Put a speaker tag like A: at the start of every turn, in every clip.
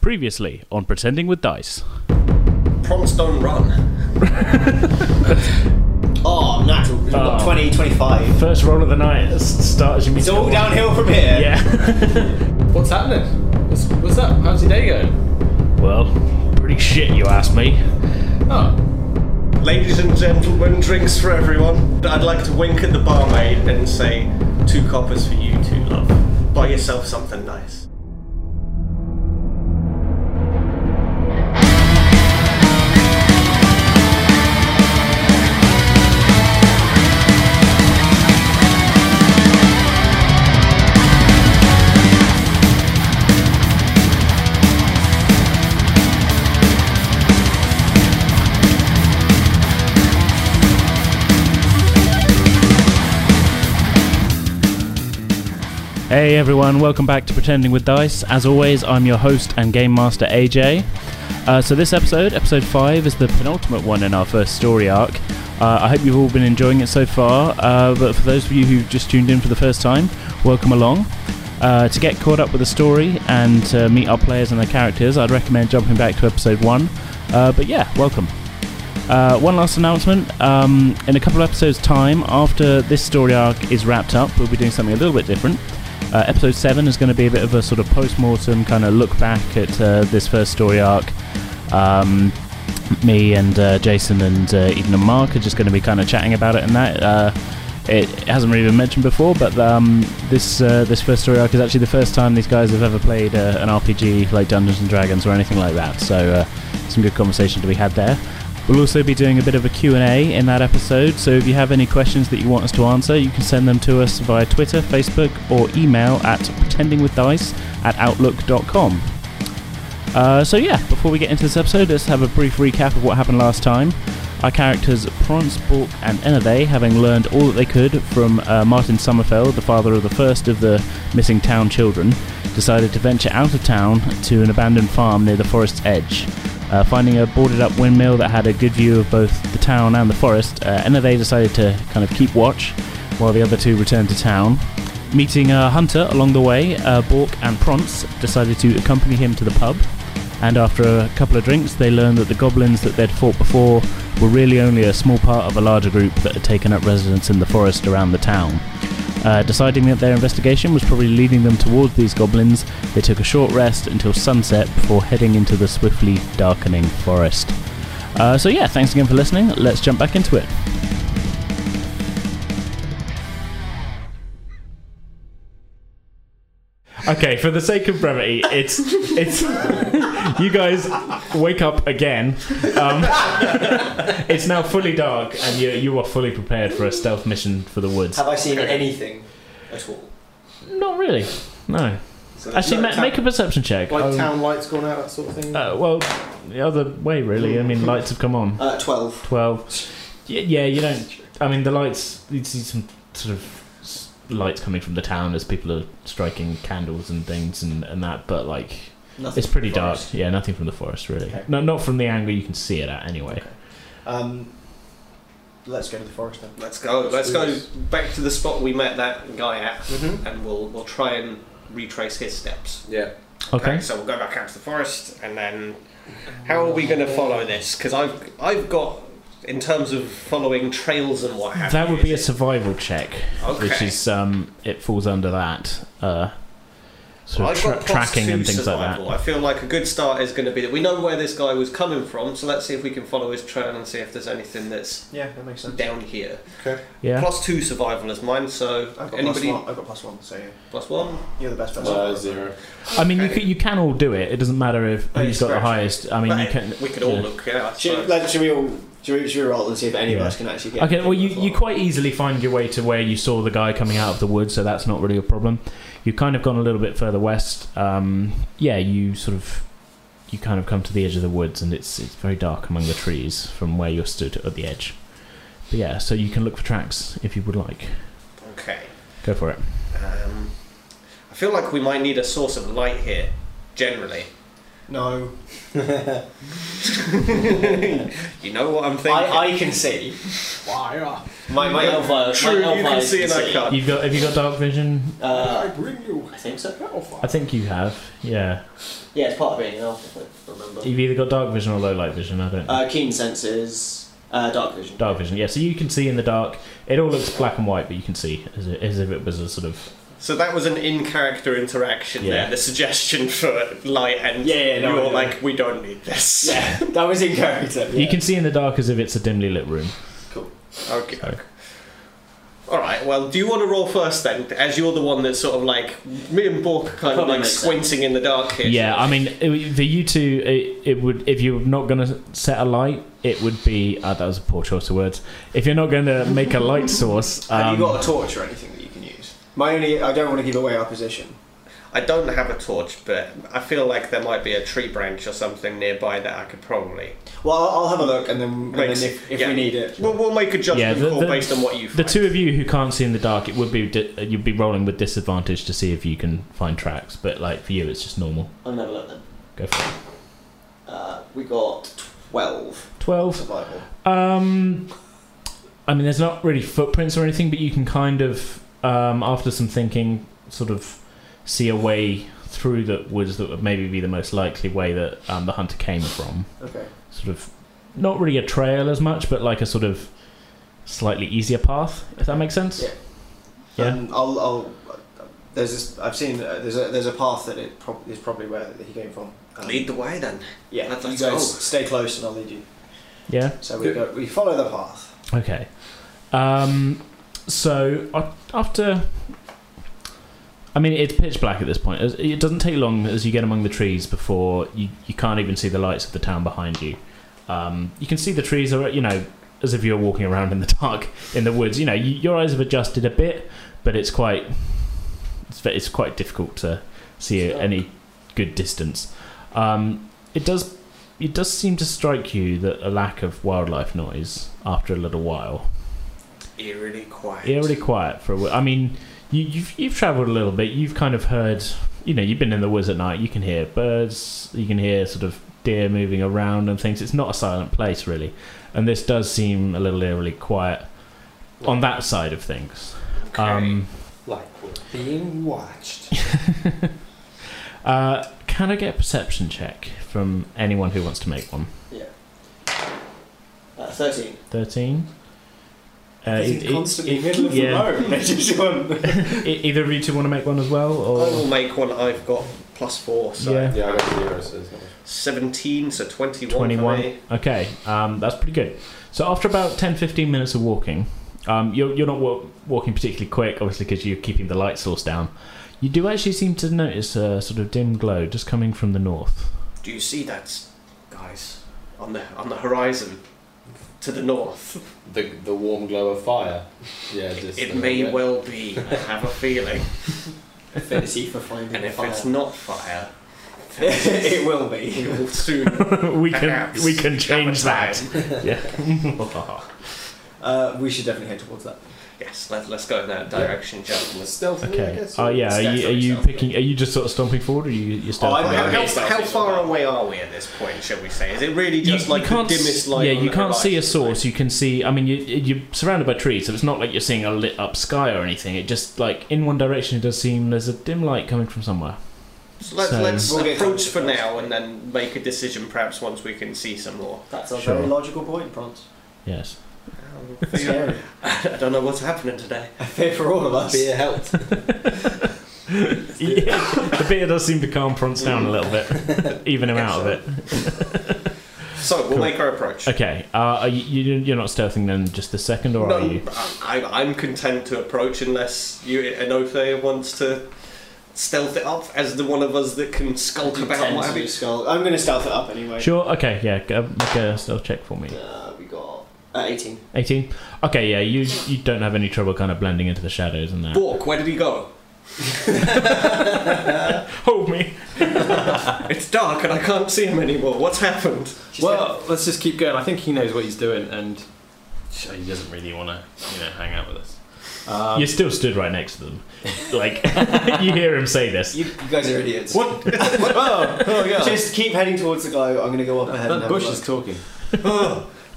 A: Previously on Pretending with Dice.
B: Promise don't run.
C: Oh, natural. We've got 20, 25.
A: First roll of the night s- starts you meet.
C: It's all downhill from here.
A: Yeah.
D: What's happening? What's, what's up? How's your day going?
A: well, pretty shit, you ask me.
D: Oh,
B: Ladies and gentlemen, drinks for everyone. I'd like to wink at the barmaid and say, two coppers for you two, love. Buy yourself something nice.
A: Hey everyone, welcome back to Pretending with Dice. As always, I'm your host and game master AJ. Uh, so, this episode, episode 5, is the penultimate one in our first story arc. Uh, I hope you've all been enjoying it so far, uh, but for those of you who've just tuned in for the first time, welcome along. Uh, to get caught up with the story and to meet our players and their characters, I'd recommend jumping back to episode 1. Uh, but yeah, welcome. Uh, one last announcement. Um, in a couple of episodes' time, after this story arc is wrapped up, we'll be doing something a little bit different. Uh, episode 7 is going to be a bit of a sort of post mortem kind of look back at uh, this first story arc. Um, me and uh, Jason and uh, Eden and Mark are just going to be kind of chatting about it and that. Uh, it hasn't really been mentioned before, but um, this uh, this first story arc is actually the first time these guys have ever played uh, an RPG like Dungeons and Dragons or anything like that. So uh, some good conversation to be had there. We'll also be doing a bit of a Q&A in that episode, so if you have any questions that you want us to answer, you can send them to us via Twitter, Facebook, or email at pretendingwithdice at outlook.com. Uh, so yeah, before we get into this episode, let's have a brief recap of what happened last time. Our characters Prance, Bork, and Enave, having learned all that they could from uh, Martin Sommerfeld, the father of the first of the missing town children, decided to venture out of town to an abandoned farm near the forest's edge. Uh, finding a boarded-up windmill that had a good view of both the town and the forest, uh, Enave decided to kind of keep watch while the other two returned to town. Meeting uh, Hunter along the way, uh, Bork and Prance decided to accompany him to the pub. And after a couple of drinks, they learned that the goblins that they'd fought before were really only a small part of a larger group that had taken up residence in the forest around the town. Uh, deciding that their investigation was probably leading them towards these goblins, they took a short rest until sunset before heading into the swiftly darkening forest. Uh, so, yeah, thanks again for listening. Let's jump back into it.
E: Okay, for the sake of brevity, it's it's you guys wake up again. Um, it's now fully dark, and you you are fully prepared for a stealth mission for the woods.
C: Have I seen anything at all?
E: Not really. No.
C: So
E: Actually, ma- make a perception check.
D: like
E: Um,
C: Oh.
D: town lights gone out, that sort of thing.
E: uh, well, the other way, really. I mean, lights have come on.
C: uh, 12.
E: Twelve. Y- Yeah, you don't. I mean, the lights. You see some sort of s- lights coming from the town as people are striking candles and things and, and that. But like,
C: Nothing
E: It's pretty
C: from the
E: dark.
C: forest.
E: Yeah, nothing from the forest really.
C: Okay.
E: No, not from the angle you can see it at anyway.
C: Um, let's go to the forest then.
B: Let's go. Let's go back to the spot we met that guy at,
C: Mm-hmm.
B: and we'll we'll try and retrace his steps.
D: yeah.
E: Okay.
B: So we'll go back out to the forest, and then how are we going to follow this? Because I've I've got in terms of following trails and what have
E: That
B: you,
E: would be a
B: is
E: survival check,
B: Okay.
E: which is um, it falls under that uh,
B: Well,
E: sort of
B: I've
E: tra-
B: got plus
E: tracking
B: two
E: and things
B: survival.
E: like
B: I feel like a good start is going to be that we know where this guy was coming from, so let's see if we can follow his trail and see if there's anything that's
C: Yeah, that makes sense.
B: down here.
D: Okay.
E: that. Yeah.
B: Plus two survival is mine, so
C: I've got
B: anybody
C: plus one. I've got plus one, so yeah.
B: plus one.
C: you're the best person.
D: Uh, zero.
E: I mean, you
B: okay.
E: can, you can all do it. It doesn't matter if
B: Oh,
E: who's got the
B: correct.
E: highest. I mean, you
B: Right,
E: can.
B: we could all
E: yeah.
B: look, yeah. I
C: Should,
B: suppose.
C: like, should we all should we, should we roll and see if any of us can actually get
E: Okay, well, you,
C: anything
E: you
C: worthwhile?
E: quite easily find your way to where you saw the guy coming out of the woods, so that's not really a problem. You've kind of gone a little bit further west. Um, yeah, you sort of you kind of come to the edge of the woods, and it's it's very dark among the trees from where you're stood at the edge. But yeah, so you can look for tracks if you would like.
B: Okay.
E: Go for it.
B: Um, I feel like we might need a source of light here, generally. No. you know what I'm thinking.
C: I, I can see.
D: Why?
C: My, my elf eyes.
B: True,
C: my elf
B: you can
C: eyes
B: see and I
C: see.
B: can't.
A: You've got have you got dark vision?
C: Uh,
D: bring you
C: I think so.
A: I think you have. Yeah.
C: Yeah, it's part of being an elf, if I remember.
A: You've either got dark vision or low light vision. I don't. know.
C: Uh, keen senses, uh, dark vision.
A: dark vision. Yeah. So you can see in the dark. It all looks black and white, but you can see as, it, as if it was a sort of.
B: So that was an in-character interaction
A: Yeah.
B: there. The suggestion for light and
C: Yeah, yeah, no,
B: you were
C: I know.
B: like, we don't need this.
C: Yeah, that was in character.
A: You can see in the dark as if it's a dimly lit room.
B: Okay. All right. Well, do you want to roll first then, as you're the one that's sort of like me and Bork are kind
C: Probably
B: of like
C: makes sense.
B: squinting in the dark here.
A: Yeah, I mean, it, for you two, it, it would if you're not going to set a light, it would be. Uh, that was a poor choice of words. If you're not going to make a light source, um,
C: Have you got a torch or anything that you can use? My only, I don't want to give away our position.
B: I don't have a torch, but I feel like there might be a tree branch or something nearby that I could probably.
C: Well, I'll, I'll have a look, and then, and then
B: Makes-
C: if, if
B: yeah.
C: we need it,
B: We'll, we'll make a
A: Yeah,
B: judgment
A: the-
B: call
A: the-
B: based on what you.
A: the
B: find.
A: two of you who can't see in the dark, it would be di- you'd be rolling with disadvantage to see if you can find tracks. But like for you, it's just normal.
C: I'll never look then.
A: Go for it.
C: Uh, we got twelve
A: Twelve.
C: survival.
A: Um, I mean, there's not really footprints or anything, but you can kind of, um, after some thinking, sort of see a way through that woods that would maybe be the most likely way that um, the hunter came from.
C: Okay.
A: Sort of, not really a trail as much, but like a sort of slightly easier path, if that makes sense.
C: Yeah.
A: Yeah.
C: Um, I'll, I'll. There's this. I've seen. Uh, there's a. There's a path that it prob- is probably where he came from. Um,
B: Lead the way then.
C: Yeah.
B: Let's-
C: you
B: let's
C: guys
B: go.
C: stay close, and I'll lead you.
A: Yeah.
C: So we go, we follow the path.
A: Okay. Um, so a- after, I mean, it's pitch black at this point. As- It doesn't take long as you get among the trees before you, you can't even see the lights of the town behind you. Um, you can see the trees are, you know, as if you're walking around in the dark in the woods. You know, you, your eyes have adjusted a bit, but it's quite, it's, ve- it's quite difficult to see at any good distance. Um, it does it does seem to strike you that a lack of wildlife noise after a little while.
B: Eerily quiet.
A: Eerily quiet for a while. I mean, you, you've you've travelled a little bit. You've kind of heard, you know, you've been in the woods at night. You can hear birds. You can hear sort of deer moving around and things. It's not a silent place really, and this does seem a little eerily quiet on that side of things.
B: Okay.
A: Um,
C: Like we're being watched.
A: uh, can I get a perception check from anyone who wants to make one?
C: yeah. Uh, Thirteen.
A: Thirteen. Uh,
C: He's
A: it- it-
C: constantly
A: it-
C: middle of
A: yeah.
C: the road. It's just one.
A: E- Either of you two want to make one as well,
B: I
A: or
B: will make one. I've got plus four, so
A: yeah,
D: Yeah, I got zero, so it's not-
B: 17, so 21. For me.
A: twenty-one. Okay, um, that's pretty good. So after about 10, 15 minutes of walking, um, you're you're not wa- walking particularly quick, obviously, because you're keeping the light source down. You do actually seem to notice a sort of dim glow just coming from the north.
B: Do you see that, guys, on the on the horizon, to the north?
D: The, the warm glow of fire. Yeah, just
B: It
D: a
B: may
D: little bit.
B: well be. I have a feeling,
C: Fantasy for finding
B: and if
C: fire.
B: it's not fire,
C: it will
B: we
C: be.
B: will soon.
A: we can
B: perhaps
A: we can
B: have
A: change
B: a
A: that.
B: time.
A: Yeah.
C: Uh, we should definitely head towards that.
B: Yes, let, let's go in that direction, gentlemen.
D: Stealthily, I
A: okay.
D: guess.
A: Oh yeah. Are you are you
D: Stealthily.
A: picking? Are you just sort of stomping forward, or you you still?
C: Oh, I'm
A: following?
C: happy.
B: How,
C: Okay.
B: how far away are we at this point? Shall we say? Is it really just like the dimmest light?
A: Yeah,
B: on
A: you
B: the
A: can't see a
B: horizon?
A: source. You can see. I mean, you, you're surrounded by trees, so it's not like you're seeing a lit up sky or anything. It just like in one direction, it does seem there's a dim light coming from somewhere.
B: So let's
A: So-
B: let's
C: We'll get
B: approach
C: closer
B: for
C: first.
B: now, and then make a decision. Perhaps once we can see some more.
C: That's a
A: Sure.
C: very logical point, Prance.
A: Yes.
C: Scary.
B: I don't know what's happening today.
C: I fear for all of us.
D: Beer helped.
A: the beer does seem to calm Prance down a little bit, even him out of it.
B: So we'll
A: Cool.
B: make our approach.
A: Okay. Uh, are you, you- you're not stealthing then, just the second, or are you?
B: I, I'm content to approach unless you Enofe wants to stealth it up as the one of us that can skulk about
C: Tend
B: what
C: to
B: have
C: do
B: you.
C: skull. I'm going to stealth it up anyway.
A: Sure. Okay. Yeah. Go, make a stealth check for me.
C: Uh, we got uh, 18.
A: 18. Okay. Yeah. You you don't have any trouble kind of blending into the shadows and that.
B: Bork, where did he go? Oh.
A: Hold me.
B: It's dark and I can't see him anymore. What's happened?
D: Well, let's just keep going. I think he knows what he's doing, and he doesn't really want to, you know, hang out with us.
C: Um,
A: you still stood right next to them. Like you hear him say this.
C: you, you guys are idiots.
B: What?
C: oh, oh,
D: yeah.
C: Just keep heading towards the glow. I'm going to go up ahead. and
D: That
C: have a
D: bush
C: look.
D: is talking.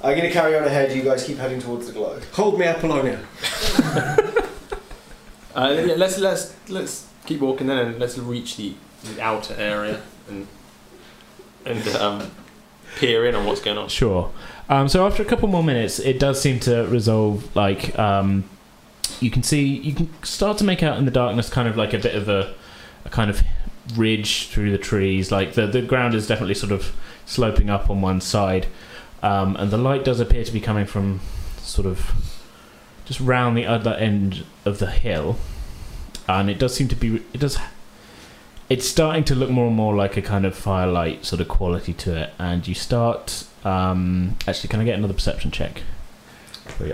C: I'm going to carry on ahead. You guys keep heading towards the glow.
B: Hold me, Apollonia.
D: Uh, yeah, let's let's let's keep walking then, and let's reach the, the outer area and and um, peer in on what's going on.
A: Sure. Um, so after a couple more minutes, it does seem to resolve. Like um, you can see, you can start to make out in the darkness, kind of like a bit of a, a kind of ridge through the trees. Like the the ground is definitely sort of sloping up on one side, um, and the light does appear to be coming from sort of just round the other end of the hill, and it does seem to be. It does. It's starting to look more and more like a kind of firelight sort of quality to it, and you start um, actually, can I get another perception check?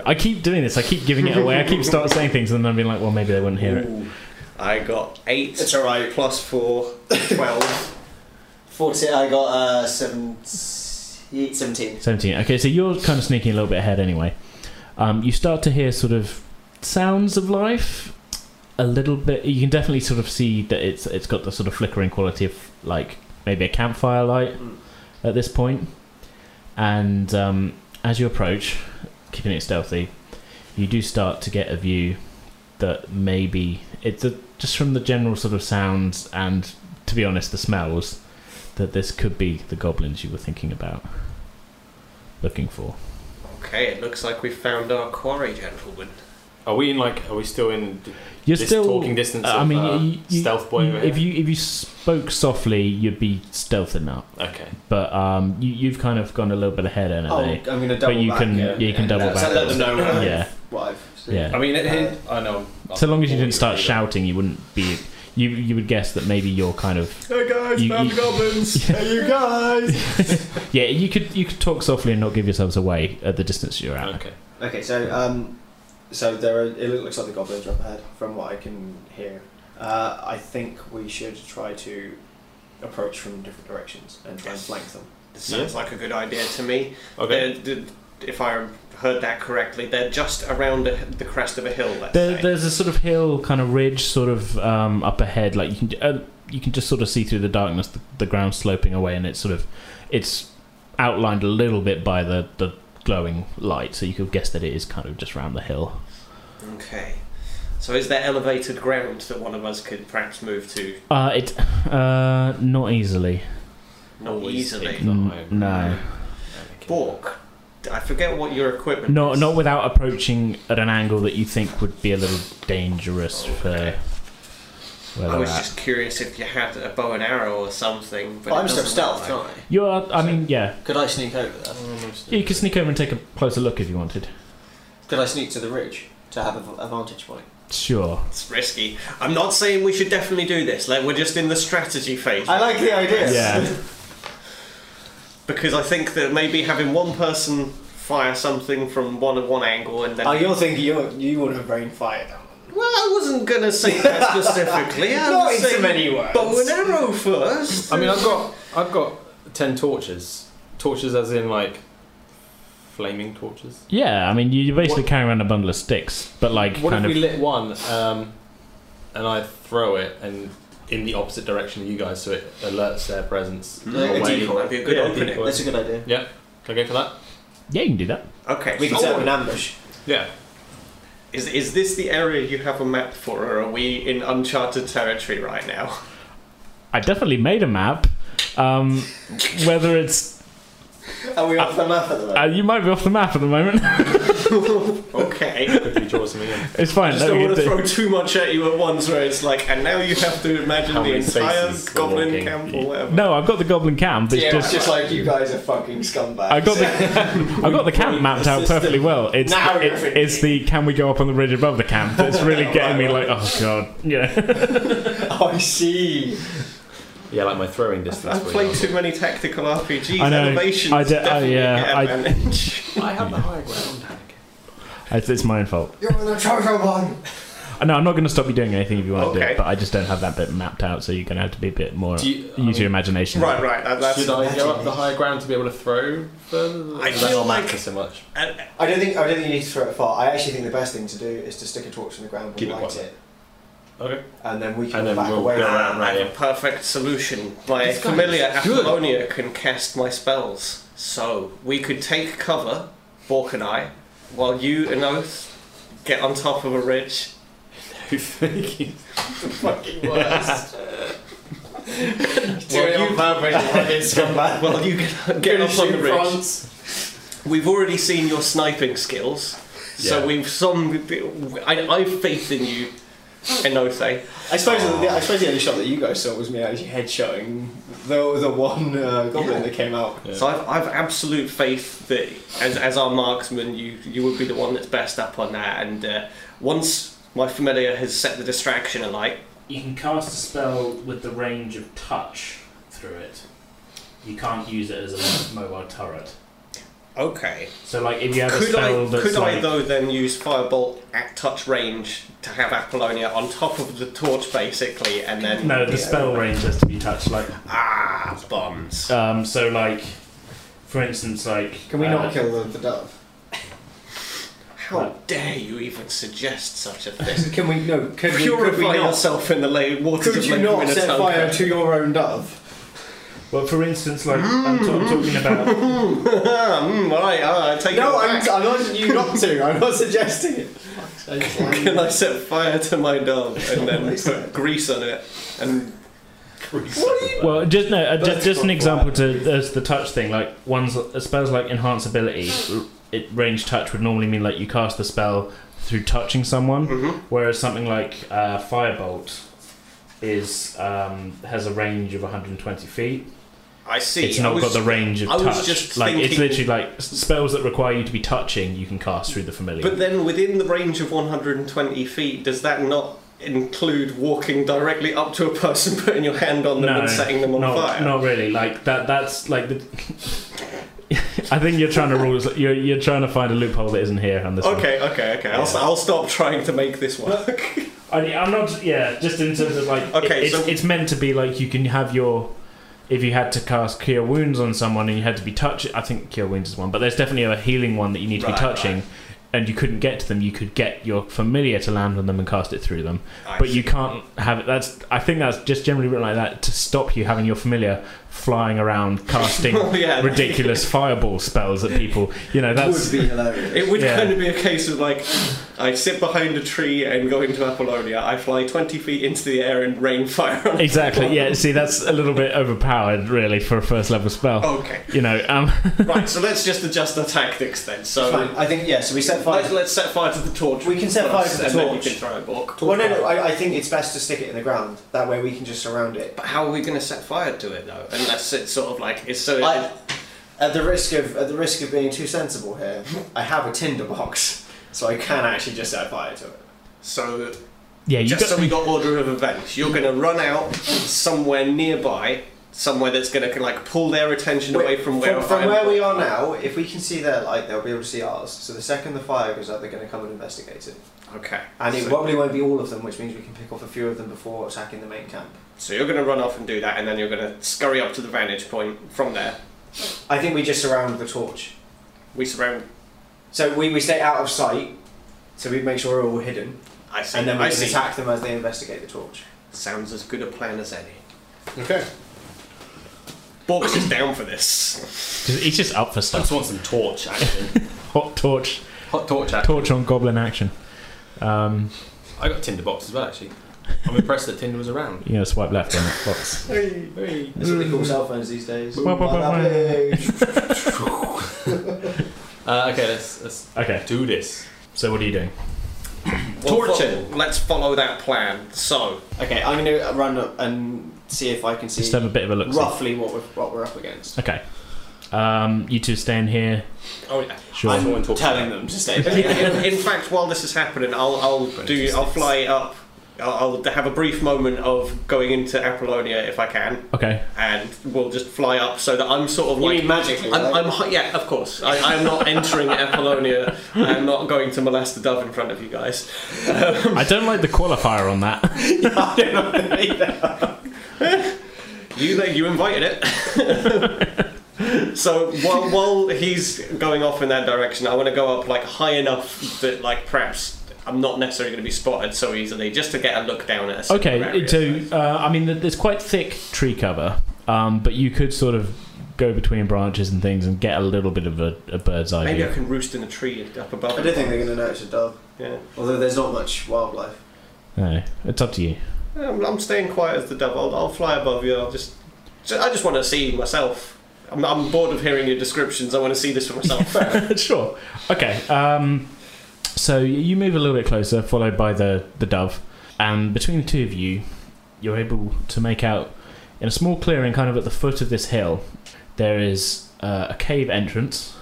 A: I keep doing this. I keep giving it away. I keep start saying things, and then I'm being like, "Well, maybe they wouldn't hear it."
C: Ooh.
B: I got eight
C: It's alright.
B: plus four, twelve.
C: 40, I got uh, 17. 17.
A: Seventeen. Okay, so you're kind of sneaking a little bit ahead anyway. Um, you start to hear sort of sounds of life a little bit. You can definitely sort of see that it's it's got the sort of flickering quality of like maybe a campfire light
C: Mm.
A: at this point. And um, as you approach, keeping it stealthy, you do start to get a view that maybe it's a, just from the general sort of sounds and to be honest, the smells that this could be the goblins you were thinking about looking for.
B: Okay, it looks like we've found our quarry, gentlemen.
D: Are we in like? Are we still in d-
A: You're
D: this
A: still
D: talking distance?
A: I
D: of,
A: mean,
D: uh,
A: you- you-
D: stealth boy.
A: you-
D: over
A: if
D: here?
A: you if you spoke softly, you'd be stealthing up.
D: okay.
A: But um, you, you've kind of gone a little bit ahead, and
C: Oh, I'm
A: they?
C: going to double
A: you
C: back.
A: can-
C: yeah.
A: yeah, you can
C: Yeah,
A: double
C: so
A: back.
C: let them know what I've-
A: Yeah.
C: what I've seen.
A: Yeah.
D: I mean, it, it, I know.
A: So long as you
D: I'll-
A: didn't start
D: I'll-
A: shouting, you wouldn't be. You you would guess that maybe you're kind of
B: Hey guys,
A: You-
B: found
A: you-
B: the goblins.
C: Hey, you guys!
A: yeah. You could you could talk softly and not give yourselves away at the distance you're at.
D: Okay.
C: okay, so um, so there are, it looks like the goblins are up ahead from what I can hear. Uh, I think we should try to approach from different directions and try and flank them.
B: This sounds like a good idea to me.
D: Okay.
B: They're- d- If I heard that correctly, they're just around the the crest of a hill. Let's
A: There,
B: say.
A: there's a sort of hill, kind of ridge, sort of um, up ahead. Like you can, uh, you can just sort of see through the darkness the, the ground sloping away, and it's sort of, it's outlined a little bit by the the glowing light. So you could guess that it is kind of just round the hill.
B: Okay. So is there elevated ground that one of us could perhaps move to
A: Uh, it, uh, not easily.
B: more
D: Always
B: easily?
D: think.
A: Mm,
D: Not
A: no,
B: Bork, I forget what your equipment
A: not
B: is.
A: not without approaching at an angle that you think would be a little dangerous for where
B: I
A: they're
B: was
A: at.
B: just curious if you had a bow and arrow or something. But
C: But
B: it
C: Oh, I'm still
B: doesn't look
C: stealth,
B: like-
C: can't
A: You are. I mean, yeah.
C: I? Could I sneak over there?
A: Oh, You could sneak over and take a closer look if you wanted.
C: Could I sneak to the ridge to have a, a vantage point?
A: Sure.
B: It's risky. I'm not saying we should definitely do this. Like we're just in the strategy phase.
C: I like the idea.
A: Yeah.
B: because I think that maybe having one person fire something from one one angle and then.
C: Oh, you're thinking you're, you want to rain fire that one.
B: well, I wasn't gonna say that specifically. I
C: Not
B: was
C: in so
B: saying
C: many words.
B: Bow and arrow first.
D: I mean, I've got I've got ten torches. Torches, as in like flaming torches.
A: Yeah, I mean, you- you're basically
D: What-
A: carrying around a bundle of sticks, but like
D: What if
A: kind of.
D: we lit one um, and I throw it and in the opposite direction of you guys so it alerts their presence?
B: Hmm.
C: Like a
D: away?
C: decoy.
B: That'd be a good
D: Yeah,
B: opening.
D: decoy.
C: That's a good idea.
D: Can I go for that?
A: yeah, you can do that.
B: Okay.
C: We can
B: so-
C: set up an ambush.
D: Yeah.
B: Is, is this the area you have a map for, or are we in uncharted territory right now?
A: I definitely made a map. Um, whether it's
C: Are we off the map at the
A: uh,
C: moment?
A: you might be off the map at the moment.
B: Okay.
D: Quickly draw something in.
A: it's fine.
B: I just
A: let
B: don't
A: me
B: want to
A: get
B: throw too much at you at once, where it's like, and now you have to imagine
D: How
B: the
D: many
B: entire
D: faces we're
B: goblin
D: walking.
B: camp
A: the-
B: or whatever.
A: no, I've got the goblin camp. It's
C: yeah,
A: just,
C: just like you guys are fucking scumbags.
A: I got the I got the camp mapped out perfectly well. It's
C: Now
A: it-
C: you're
A: it's,
C: thinking.
A: the can we go up on the ridge above the camp that's really getting me like oh god yeah.
C: Oh, I see.
D: Yeah, like my throwing distance.
B: I've
D: for
B: played
D: example.
B: too many tactical RPGs.
A: I know.
B: Elevations
A: I d- oh,
B: definitely
A: yeah,
B: get
A: I-
B: advantage.
D: I have the higher ground. Hank.
A: It's, it's my own fault.
C: You're the chosen one.
F: Uh, No, I'm not going to stop you doing anything if you want to do
B: Okay.
F: it, but I just don't have that bit mapped out, so you're going to have to be a bit more.
D: Do you, I
F: use your
D: mean,
F: imagination.
B: Right, right. That, that's.
D: should I go up the higher ground to be able to throw further?
B: I
D: Does that
B: feel
D: not
B: like-
D: matter so much.
B: Uh, uh,
C: I don't think I don't think you need to throw it far. I actually think the best thing to do is to stick a torch in the ground
D: Keep
C: and
D: it
C: light
D: quite
C: it,
D: Okay.
C: and then we can
D: And then
C: back
D: we'll
C: away.
D: go
C: from
D: around.
C: it.
B: I have a perfect solution. My
D: This guy
B: familiar
D: is good.
B: Apollonia can cast my spells, so we could take cover, Bork and I, while you and Oath get on top of a ridge.
D: Thank you.
C: Fucking worst.
B: Well, you-
C: purpose, you scumbag.
B: Well, you get, get up on the ridge. We've already seen your sniping skills, so
D: Yeah.
B: we've some. I, I've faith in you,
D: Oh.
B: eh? Enothe.
C: I suppose the, I suppose the only shot that you guys saw was me actually headshotting the the one uh, goblin
B: Yeah.
C: that came out.
D: Yeah.
B: So I've, I've absolute faith that as, as our marksman, you you would be the one that's best up on that. And uh, once my familiar has set the distraction alight,
A: You can cast a spell with the range of touch through it. You can't use it as a mobile turret.
B: okay.
A: So, like, if you have a
B: Could I
A: spell that's
B: could
A: like,
B: I though then use firebolt at touch range to have Apollonia on top of the torch basically, and then
A: no, the spell range has to be touched. Like,
B: ah bombs.
A: um, so like, for instance, like,
C: Can we
A: uh,
C: not kill the, the dove?
B: How dare you even suggest such a thing?
C: Can we no? Can we, could we
B: Purify
C: not?
B: yourself in the lake waters
C: Could
B: of
C: you
B: Lake
C: not set
B: Minnetonka.
C: fire to your own dove?
A: well, for instance, like, I'm, t- I'm talking about.
B: Mm, all right, all right, take it
C: No, I'm,
B: back.
C: I'm not. You not to. I'm not suggesting it.
B: Can I set fire to my dog and then put grease on it and
C: What are you?
A: Well, just no, uh, just,
C: That's
A: just an
C: not
A: example
C: bad.
A: to as the touch thing. Like, one's uh, spells like enhance ability, it range touch would normally mean like you cast the spell through touching someone,
B: Mm-hmm.
A: whereas something like uh, firebolt is um, has a range of 120 feet.
B: I see.
A: it's
B: I
A: not
B: was-
A: got the range of
B: I was
A: touch.
B: just
A: like it's
B: thinking-
A: literally like s- spells that require you to be touching. You can cast through the familiar.
B: But then within the range of 120 feet, does that not include walking directly up to a person, putting your hand on them,
A: no,
B: and setting them on
A: not,
B: fire?
A: not really. Like that. That's like the. I think you're trying to rules. You're you're trying to find a loophole that isn't here on this. one.
B: Okay, okay, okay. I'll, s- I'll stop trying to make this work.
A: I, am not. Yeah, just in terms of like, it-
B: Okay,
A: it's,
B: so-
A: it's meant to be like you can have your. If you had to cast cure wounds on someone and you had to be touched, I think cure wounds is one, but there's definitely a healing one that you need to
B: Right,
A: be touching, and you couldn't get to them. You could get your familiar to land on them and cast it through them,
B: I
A: but
B: see.
A: you can't have it. That's I think that's just generally written like that to stop you having your familiar flying around casting
B: Oh, yeah.
A: ridiculous fireball spells at people. You know that's
C: would be hilarious.
B: It would
A: Yeah.
B: kind of be a case of like, I sit behind a tree and go into Apollonia. I fly 20 feet into the air and rain fire on
A: exactly yeah. See, that's a little bit overpowered really for a first level spell.
B: Okay.
A: You know, um,
B: right, so let's just adjust our tactics then. So
C: Fine. I think yeah. So we set fire.
B: let's, let's set fire to the torch.
C: We can set fire
B: first,
C: to the
B: and then
C: torch.
B: you can throw it back.
C: Well, no, no. I, I think it's best to stick it in the ground. That way we can just surround it.
B: But how are we going to set fire to it though? Unless it's sort of like it's so.
C: I, at the risk of at the risk of being too sensible here, I have a tinder box, so I can actually just set fire to it.
B: so
A: yeah, you
B: just
A: got,
B: so we got order of events, you're going to run out somewhere nearby, somewhere that's going to like pull their attention away from where
C: from, from where we are now, if we can see their light, they'll be able to see ours. So the second the fire goes out, they're going to come and investigate it.
B: Okay.
C: And it
B: So-
C: probably won't be all of them, which means we can pick off a few of them before attacking the main camp.
B: So you're going to run off and do that, and then you're going to scurry up to the vantage point from there.
C: I think we just surround the torch.
B: We surround.
C: So we, we stay out of sight, so we make sure we're all hidden,
B: I see.
C: and then we
B: I
C: can
B: see.
C: attack them as they investigate the torch.
B: Sounds as good a plan as any.
D: Okay.
B: Borks is down for this.
A: he's just up for
D: I
A: stuff.
D: just want some torch action.
A: Hot torch,
D: Hot torch action.
A: torch on goblin action. Um,
D: I got Tinderbox as well, actually. I'm impressed that Tinder was around.
A: you know, swipe left on that box.
D: Very
C: That's what they call cell phones these days.
A: Wah, wah, wah, wah.
D: Uh, okay, let's, let's
A: Okay,
D: do this.
A: so what are you doing?
D: Torch
B: fo-
D: it.
B: let's follow that plan. So,
C: okay, I'm going to run up and see if I can see
A: Just have a bit of a look. see.
C: roughly what we're, what we're up against.
A: Okay, um, you two stay in here.
B: oh yeah.
A: Sure.
D: I'm- Someone
C: I'm
D: talks
C: telling
D: about it.
C: them to stay
B: In,
C: there.
B: in- in fact, while this is happening, I'll I'll do I'll fly up I'll I'll have a brief moment of going into Apollonia if I can,
A: Okay.
B: and we'll just fly up so that I'm sort of
C: You
B: like
C: mean magically,
B: I'm,
C: right?
B: I'm hi- yeah, of course. I, I'm not entering Apollonia. I'm not going to molest a dove in front of you guys.
A: I don't like the qualifier on that.
C: I don't know either.
B: You you invited it. so while while he's going off in that direction, I want to go up like high enough that like perhaps I'm not necessarily going to be spotted so easily, just to get a look down at a similar
A: Okay,
B: area.
A: so uh, I mean, th- there's quite thick tree cover, um, but you could sort of go between branches and things and get a little bit of a, a bird's eye
B: Maybe I
A: view.
B: can roost in a tree up above.
C: I do think they're going to notice a dove.
B: Yeah.
C: Although there's not much wildlife.
A: No, it's up to you.
B: I'm, I'm staying quiet as the dove. I'll, I'll fly above you. I'll just, ju- I just want to see myself. I'm, I'm bored of hearing your descriptions. I want to see this for myself.
A: sure. Okay. Um, so you move a little bit closer, followed by the, the dove, and between the two of you, you're able to make out in a small clearing, kind of at the foot of this hill, there is uh, a cave entrance,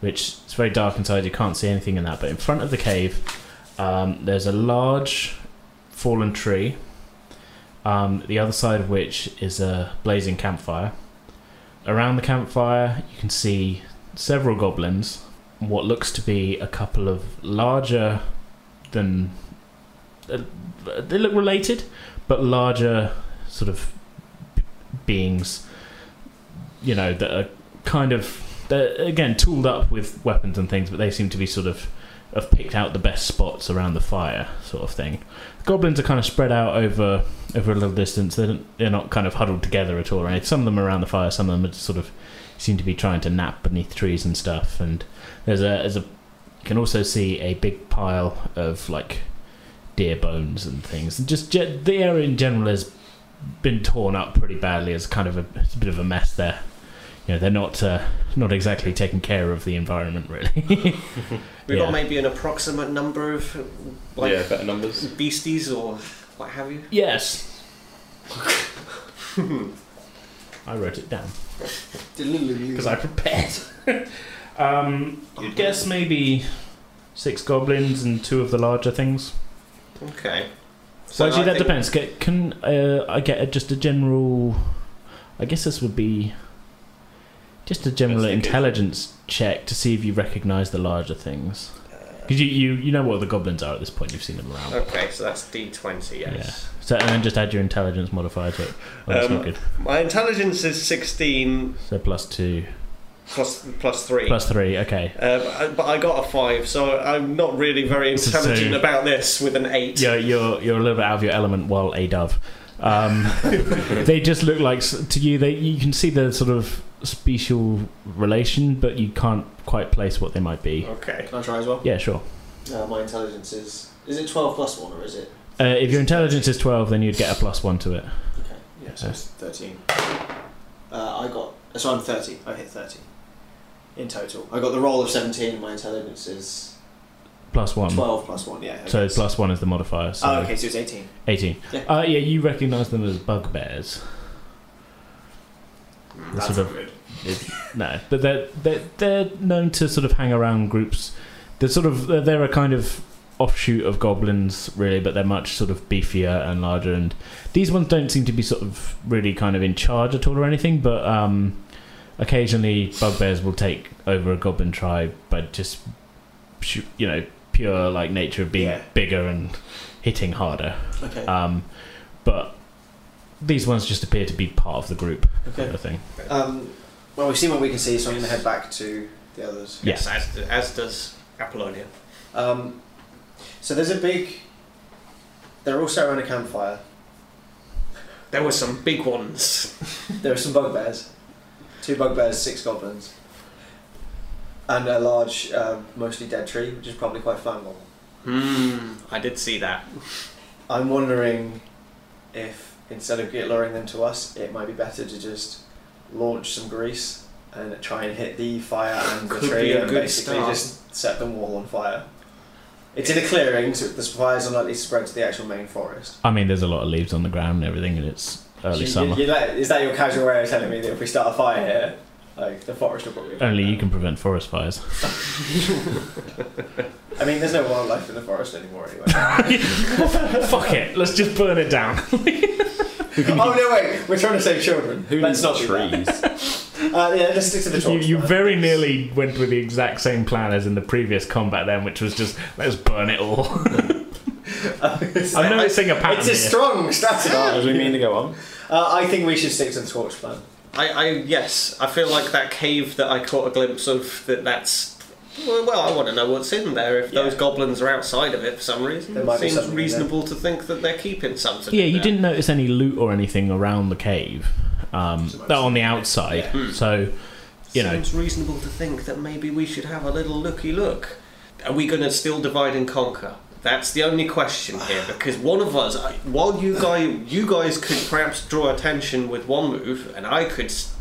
A: which it's very dark inside. You can't see anything in that, but in front of the cave, um, there's a large fallen tree. Um, the other side of which is a blazing campfire. Around the campfire, you can see several goblins, what looks to be a couple of larger than. Uh, they look related, but larger sort of b- beings, you know, that are kind of. They're, again, tooled up with weapons and things, but they seem to be sort of. Have picked out the best spots around the fire, sort of thing. Goblins are kind of spread out over over a little distance. They're, they're not kind of huddled together at all, right? Some of them are around the fire, some of them are just sort of seem to be trying to nap beneath trees and stuff. And there's a there's a you can also see a big pile of like deer bones and things. And just ge- the area in general has been torn up pretty badly. It's kind of a, it's a bit of a mess there. You know, they're not uh, not exactly taking care of the environment really.
B: We've
A: Yeah.
B: got maybe an approximate number of like
D: yeah, better numbers.
B: beasties or what have you.
A: yes. I wrote it down because I prepared. um, you'd guess maybe six goblins and two of the larger things.
B: Okay.
A: So actually,
B: I
A: that
B: think-
A: depends. Get, can uh, I get a, just a general? I guess this would be just a general
D: Let's think it-
A: intelligence check to see if you recognise the larger things.
B: Uh,
A: Because you, you you know what the goblins are at this point. You've seen them around.
B: Okay, so that's D20. Yes.
A: So and then just add your intelligence modifier to it. Oh, that's
B: Um,
A: not good.
B: My intelligence is 16
A: So plus two,
B: plus plus three.
A: plus three. Okay.
B: Uh, but I got a five, so I'm not really very
A: It's a
B: intelligent
A: two.
B: about this with an eight.
A: You're you're you're a little bit out of your element while a dove. Um, they just look like s- to you. They you can see the sort of special relation, but you can't quite place what they might be.
B: Okay.
C: Can I try as well?
A: Yeah, sure.
C: Uh, my intelligence is. Is it 12 plus 1 or is it?
A: Uh, if your intelligence is twelve, then you'd get a plus one to it.
C: Okay. Yeah, so it's 13. Uh, I got. So I'm 30. I hit 30. In total. I got the roll of 17 and my intelligence is
A: Plus one.
C: 12 plus 1, yeah.
A: So
C: okay.
A: plus one is the modifier. So
C: Oh, okay, so it's 18.
A: Eighteen.
C: Yeah.
A: Uh, yeah, you recognise them as bugbears. They're
C: That's
A: sort of- no, but they're, they're they're known to sort of hang around groups. They're sort of they're, they're a kind of offshoot of goblins, really, but they're much sort of beefier and larger. And these ones don't seem to be sort of really kind of in charge at all or anything. But um, occasionally, bugbears will take over a goblin tribe by just sh- you know pure like nature of being
C: Yeah.
A: bigger and hitting harder.
C: Okay.
A: Um, but these ones just appear to be part of the group
C: okay.
A: kind of thing.
C: Um, well, we've seen what we can see, so I'm going to head back to the others.
B: Yes, as, as does Apollonia.
C: Um, so there's a big. They're all sat around a campfire.
B: There were some big ones.
C: There are some bugbears. Two bugbears, six goblins. And a large, uh, mostly dead tree, which is probably quite flammable.
B: Hmm. I did see that.
C: I'm wondering if instead of get luring them to us, it might be better to just launch some grease and try and hit the fire and the
B: Could
C: tree
B: be a
C: and
B: good
C: basically
B: start.
C: just set them all on fire. It's in a clearing, so the fire's unlikely to spread to the actual main forest.
A: I mean, there's a lot of leaves on the ground and everything, and it's early
C: You- you-
A: summer.
C: you let- is that your casual way of telling me that if we start a fire here, Like the forest will probably.
A: Only you can prevent forest fires.
C: I mean, there's no wildlife in the forest anymore anyway.
A: Fuck it, let's just burn it down.
C: oh no, wait, we're trying to save children.
D: Who
C: Let's
D: needs
C: not do that.
D: trees?
C: Uh, yeah, let's stick to the
A: You,
C: torch.
A: you very nearly went with the exact same plan as in the previous combat then, which was just let's burn it all. I'm noticing a pattern
C: It's a
A: here.
C: strong strategy.
D: Does we mean to go on?
C: Uh, I think we should stick to the torch plan.
B: I, I yes, I feel like that cave that I caught a glimpse of. That that's well, well, I want to know what's in there. If those
C: Yeah.
B: goblins are outside of it for some reason,
C: There
B: it
C: might be
B: seems
C: something in there.
B: reasonable to think that they're keeping something.
A: yeah,
B: in
A: you
B: there.
A: didn't notice any loot or anything around the cave. Um,
C: So much-
A: that on the outside.
C: Yeah. Hmm.
A: So, you know,
B: Seems reasonable to think that maybe we should have a little looky look. Are we going to still divide and conquer? That's the only question here because one of us, I- while you guys, you guys could perhaps draw attention with one move, and I could s-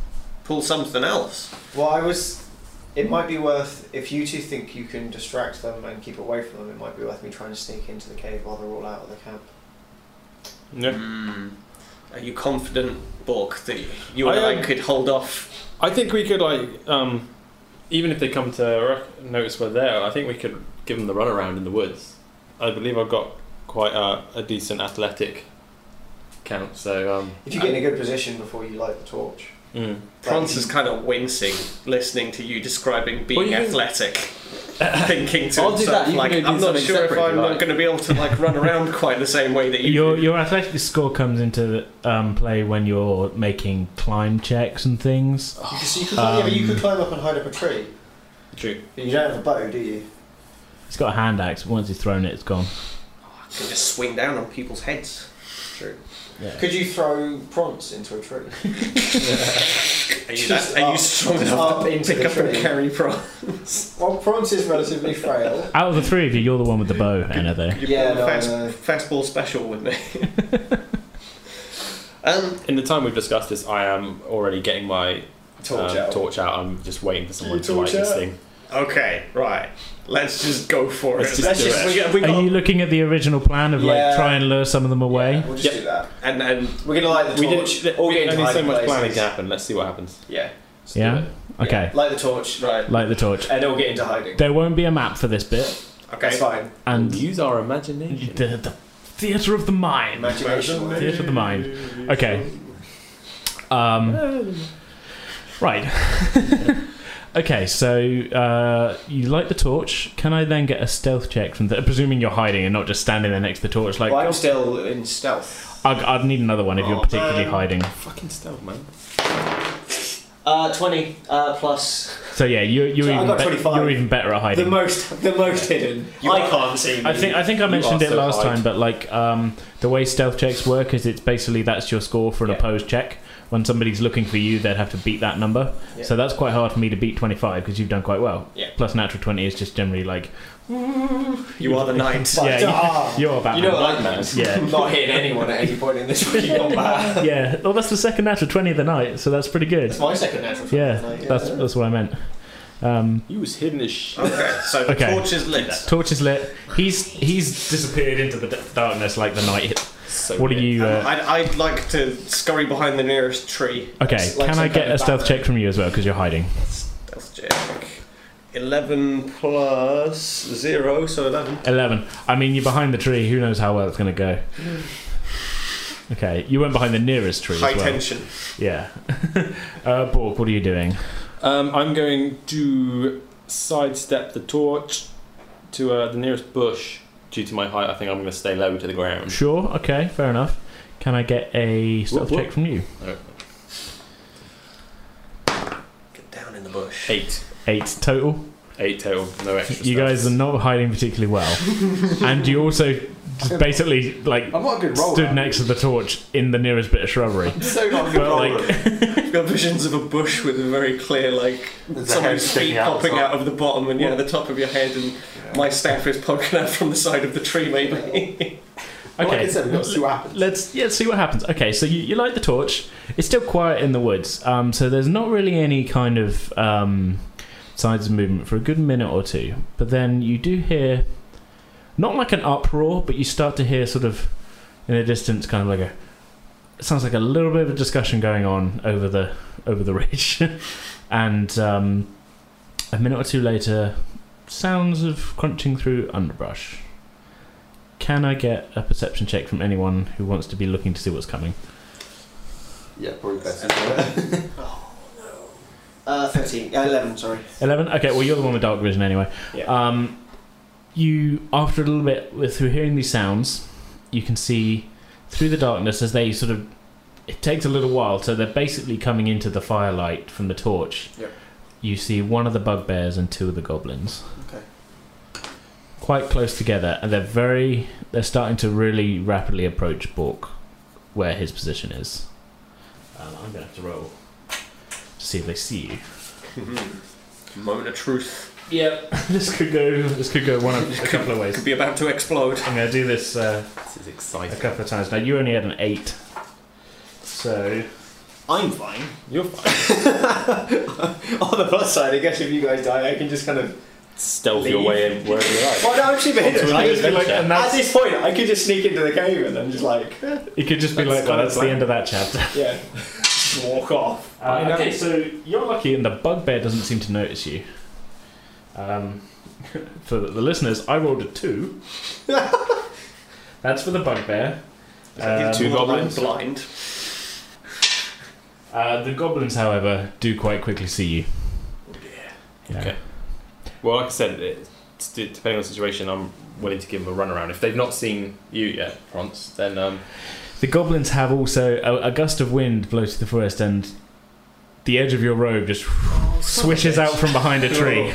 B: pull something else.
C: Well, I was. It might be worth if you two think you can distract them and keep away from them. It might be worth me trying to sneak into the cave while they're all out of the camp.
D: No.
B: Hmm. Are you confident, Bork, that you and
D: I
B: I,
D: am-
B: could hold off?
D: I think we could like, um, even if they come to rec- notice we're there, I think we could give them the runaround in the woods. I believe I've got quite a, a decent athletic count, so um,
C: If you get in a good position before you light the torch.
D: mm.
B: Prance is kind of wincing listening to you describing being
D: Well, you can-
B: athletic. Thinking to
D: I'll do
B: himself,
D: that, you can
B: like,
D: go do
B: I'm not
D: something
B: sure if
D: separate if
B: I'm
D: you
B: not
D: like."
B: going to be able to like run around quite the same way that you.
A: your
B: do.
A: your athletic score comes into um, play when you're making climb checks and things.
C: You could, so you could, climb, yeah, but you
A: Um,
C: could climb up and hide up a tree.
D: True.
C: But you don't have a bow, do you?
A: It's got a hand axe. Once he's thrown it, it's gone.
B: can just swing down on people's heads.
C: True.
A: Yeah.
C: Could you throw prawns into a tree?
B: Are you,
C: Just
B: that, are you
C: up-
B: strong
C: just
B: enough
C: up
B: to
C: into
B: pick
C: the
B: up and
C: tree.
B: carry prawn?
C: well, prawns is relatively frail.
A: Out of the three of you, you're the one with the bow, Anna. There.
B: You
C: Yeah,
B: pull the
C: no, I
B: fast,
C: know.
B: fastball special with me. um,
D: In the time we've discussed this, I am already getting my
C: Torch
D: um,
C: out.
D: torch out. I'm just waiting for someone
C: You
D: to light
C: torch
D: this
C: out?
D: thing.
B: okay, right. Let's just go for
D: Let's
B: it.
D: just do it.
B: we got, we
A: Are
B: got,
A: you looking at the original plan of like
C: Yeah.
A: try and lure some of them away?
C: Yeah, we'll just
D: Yep.
C: do that.
B: and and
C: We're gonna light the torch.
D: We didn't.
C: all
D: we
C: get into
D: only so
C: hiding
D: much planning
C: places.
D: can happen. Let's see what happens.
C: Yeah. Let's do
A: Yeah.
C: it.
A: Okay.
C: Light the torch, right?
A: Light the torch.
C: And all get into hiding.
A: There won't be a map for this bit,
C: That's
B: okay.
C: fine.
A: and
D: Use our imagination.
A: the, the theater of the mind.
C: Imagination. works.
A: Theater of the mind. Okay. Um, right. okay. So uh, you light the torch. Can I then get a stealth check from the? Presuming you're hiding and not just standing there next to the torch, like.
C: Well, I'm still in stealth.
A: I'd, I'd need another one if you're
C: Oh,
A: particularly
C: man.
A: hiding.
D: Fucking stealth, man.
C: Uh, twenty uh, plus
A: So yeah, you're, you're,
C: So I
A: even
C: got
A: bet-
C: 25.
A: you're even better at hiding.
C: the most, the most hidden. I can't see. Me.
A: I think I think I mentioned
D: are
A: it
D: so
A: last
D: high.
A: time, but like um, the way stealth checks work is it's basically that's your score for an
C: Yeah.
A: opposed check. When somebody's looking for you, they'd have to beat that number.
C: Yeah.
A: So that's quite hard for me to beat twenty five because you've done quite well.
C: Yeah.
A: Plus natural twenty is just generally like
B: You are the knight.
A: yeah, you-
C: Ah,
A: you're about
C: you know what
D: Black
C: I
D: man.
C: mean?
A: yeah
C: I'm not hitting anyone at any point in this fucking combat.
A: yeah. Well, that's the second natural twenty of the night, so that's pretty good.
C: That's my second natural.
A: Yeah,
C: trait, like,
A: that's that's what I meant. Um,
D: You was hidden as shit.
B: Okay, so the
A: Okay.
B: torch is lit.
A: torch is lit. He's he's disappeared into the d- darkness like the night. hit-
D: So
A: What are you? Uh,
B: Um, I'd, I'd like to scurry behind the nearest tree.
A: okay,
C: It's like
A: can
C: some
A: I get
C: kind of
A: a stealth
C: Batman.
A: check from you as well because you're hiding?
B: Stealth check. 11 plus 0, so 11.
A: 11. I mean, you're behind the tree. Who knows how well it's going to go? Okay, you went behind the nearest tree
B: High
A: as well.
B: tension.
A: Yeah. uh, Bork, what are you doing?
D: Um, I'm going to sidestep the torch to uh, the nearest bush. Due to my height, I think I'm going to stay low to the ground.
A: Sure, okay, fair enough. Can I get a stealth
D: Whoop, whoop.
A: check from you?
B: Get down in the bush.
D: Eight.
A: Eight total.
D: Eight total, no extra.
A: You
D: stuff.
A: guys are not hiding particularly well. and you also just basically, like,
C: I'm not a good roller.
A: stood next to the torch in the nearest bit of shrubbery.
C: So not a good
A: Well,
C: roller.
A: like,
B: You've got visions of a bush with a very clear, like, someone's feet popping out of the bottom and, yeah, the top of your head, and my staff is poking out from the side of the tree, maybe.
A: okay.
C: two apples.
A: Let's yeah see what happens. Okay, so you, you light the torch. It's still quiet in the woods, um, so there's not really any kind of um, signs of movement for a good minute or two. But then you do hear, not like an uproar, but you start to hear sort of in the distance, kind of like a sounds like a little bit of a discussion going on over the over the ridge, and um, a minute or two later, sounds of crunching through underbrush. Can I get a perception check from anyone who wants to be looking to see what's coming?
G: Yeah, probably best.
C: Oh no. Uh, 13. Uh, 11, sorry.
A: Eleven. Okay, well you're the one with dark vision anyway.
C: Yeah.
A: Um, you after a little bit with- through hearing these sounds, you can see through the darkness as they sort of. It takes a little while, so they're basically coming into the firelight from the torch.
C: Yep.
A: You see one of the bugbears and two of the goblins.
C: Okay.
A: Quite close together, and they're very. They're starting to really rapidly approach Bork, where his position is. Um, I'm gonna have to roll to see if they see you.
B: Moment of truth.
A: Yep. this could go. This could go one of a couple of ways.
B: Could be about to explode.
A: I'm going to do this uh,
D: This is
A: a
D: exciting.
A: couple of times. Now, you only had an eight. So.
C: I'm fine.
D: You're fine.
C: On the plus side, I guess if you guys die, I can just kind of.
D: Stealth your way in wherever you like.
C: Well, no, actually, but
D: Onto
C: I
D: another
C: just be like,
D: adventure.
A: and
C: at
A: that's,
C: this point, I could just sneak into the cave and I'm just like, eh,
A: it could just be
D: That's
A: like, well,
D: fine,
A: that's the
D: fine.
A: end of that chapter.
C: yeah, walk off.
A: Uh,
C: Fine,
A: okay, so you're lucky, and the bugbear doesn't seem to notice you. Um, for the listeners, I rolled a two. that's for the bugbear. Um,
D: Two goblins?
B: I'm blind.
A: uh, the goblins, however, do quite quickly see you. Oh, Yeah.
D: Okay. Well, like I said, it, it's d- depending on the situation, I'm willing to give them a runaround. If they've not seen you yet, Prance, then um,
A: The goblins have also a, a gust of wind blows through the forest, and the edge of your robe just swishes out from behind a tree.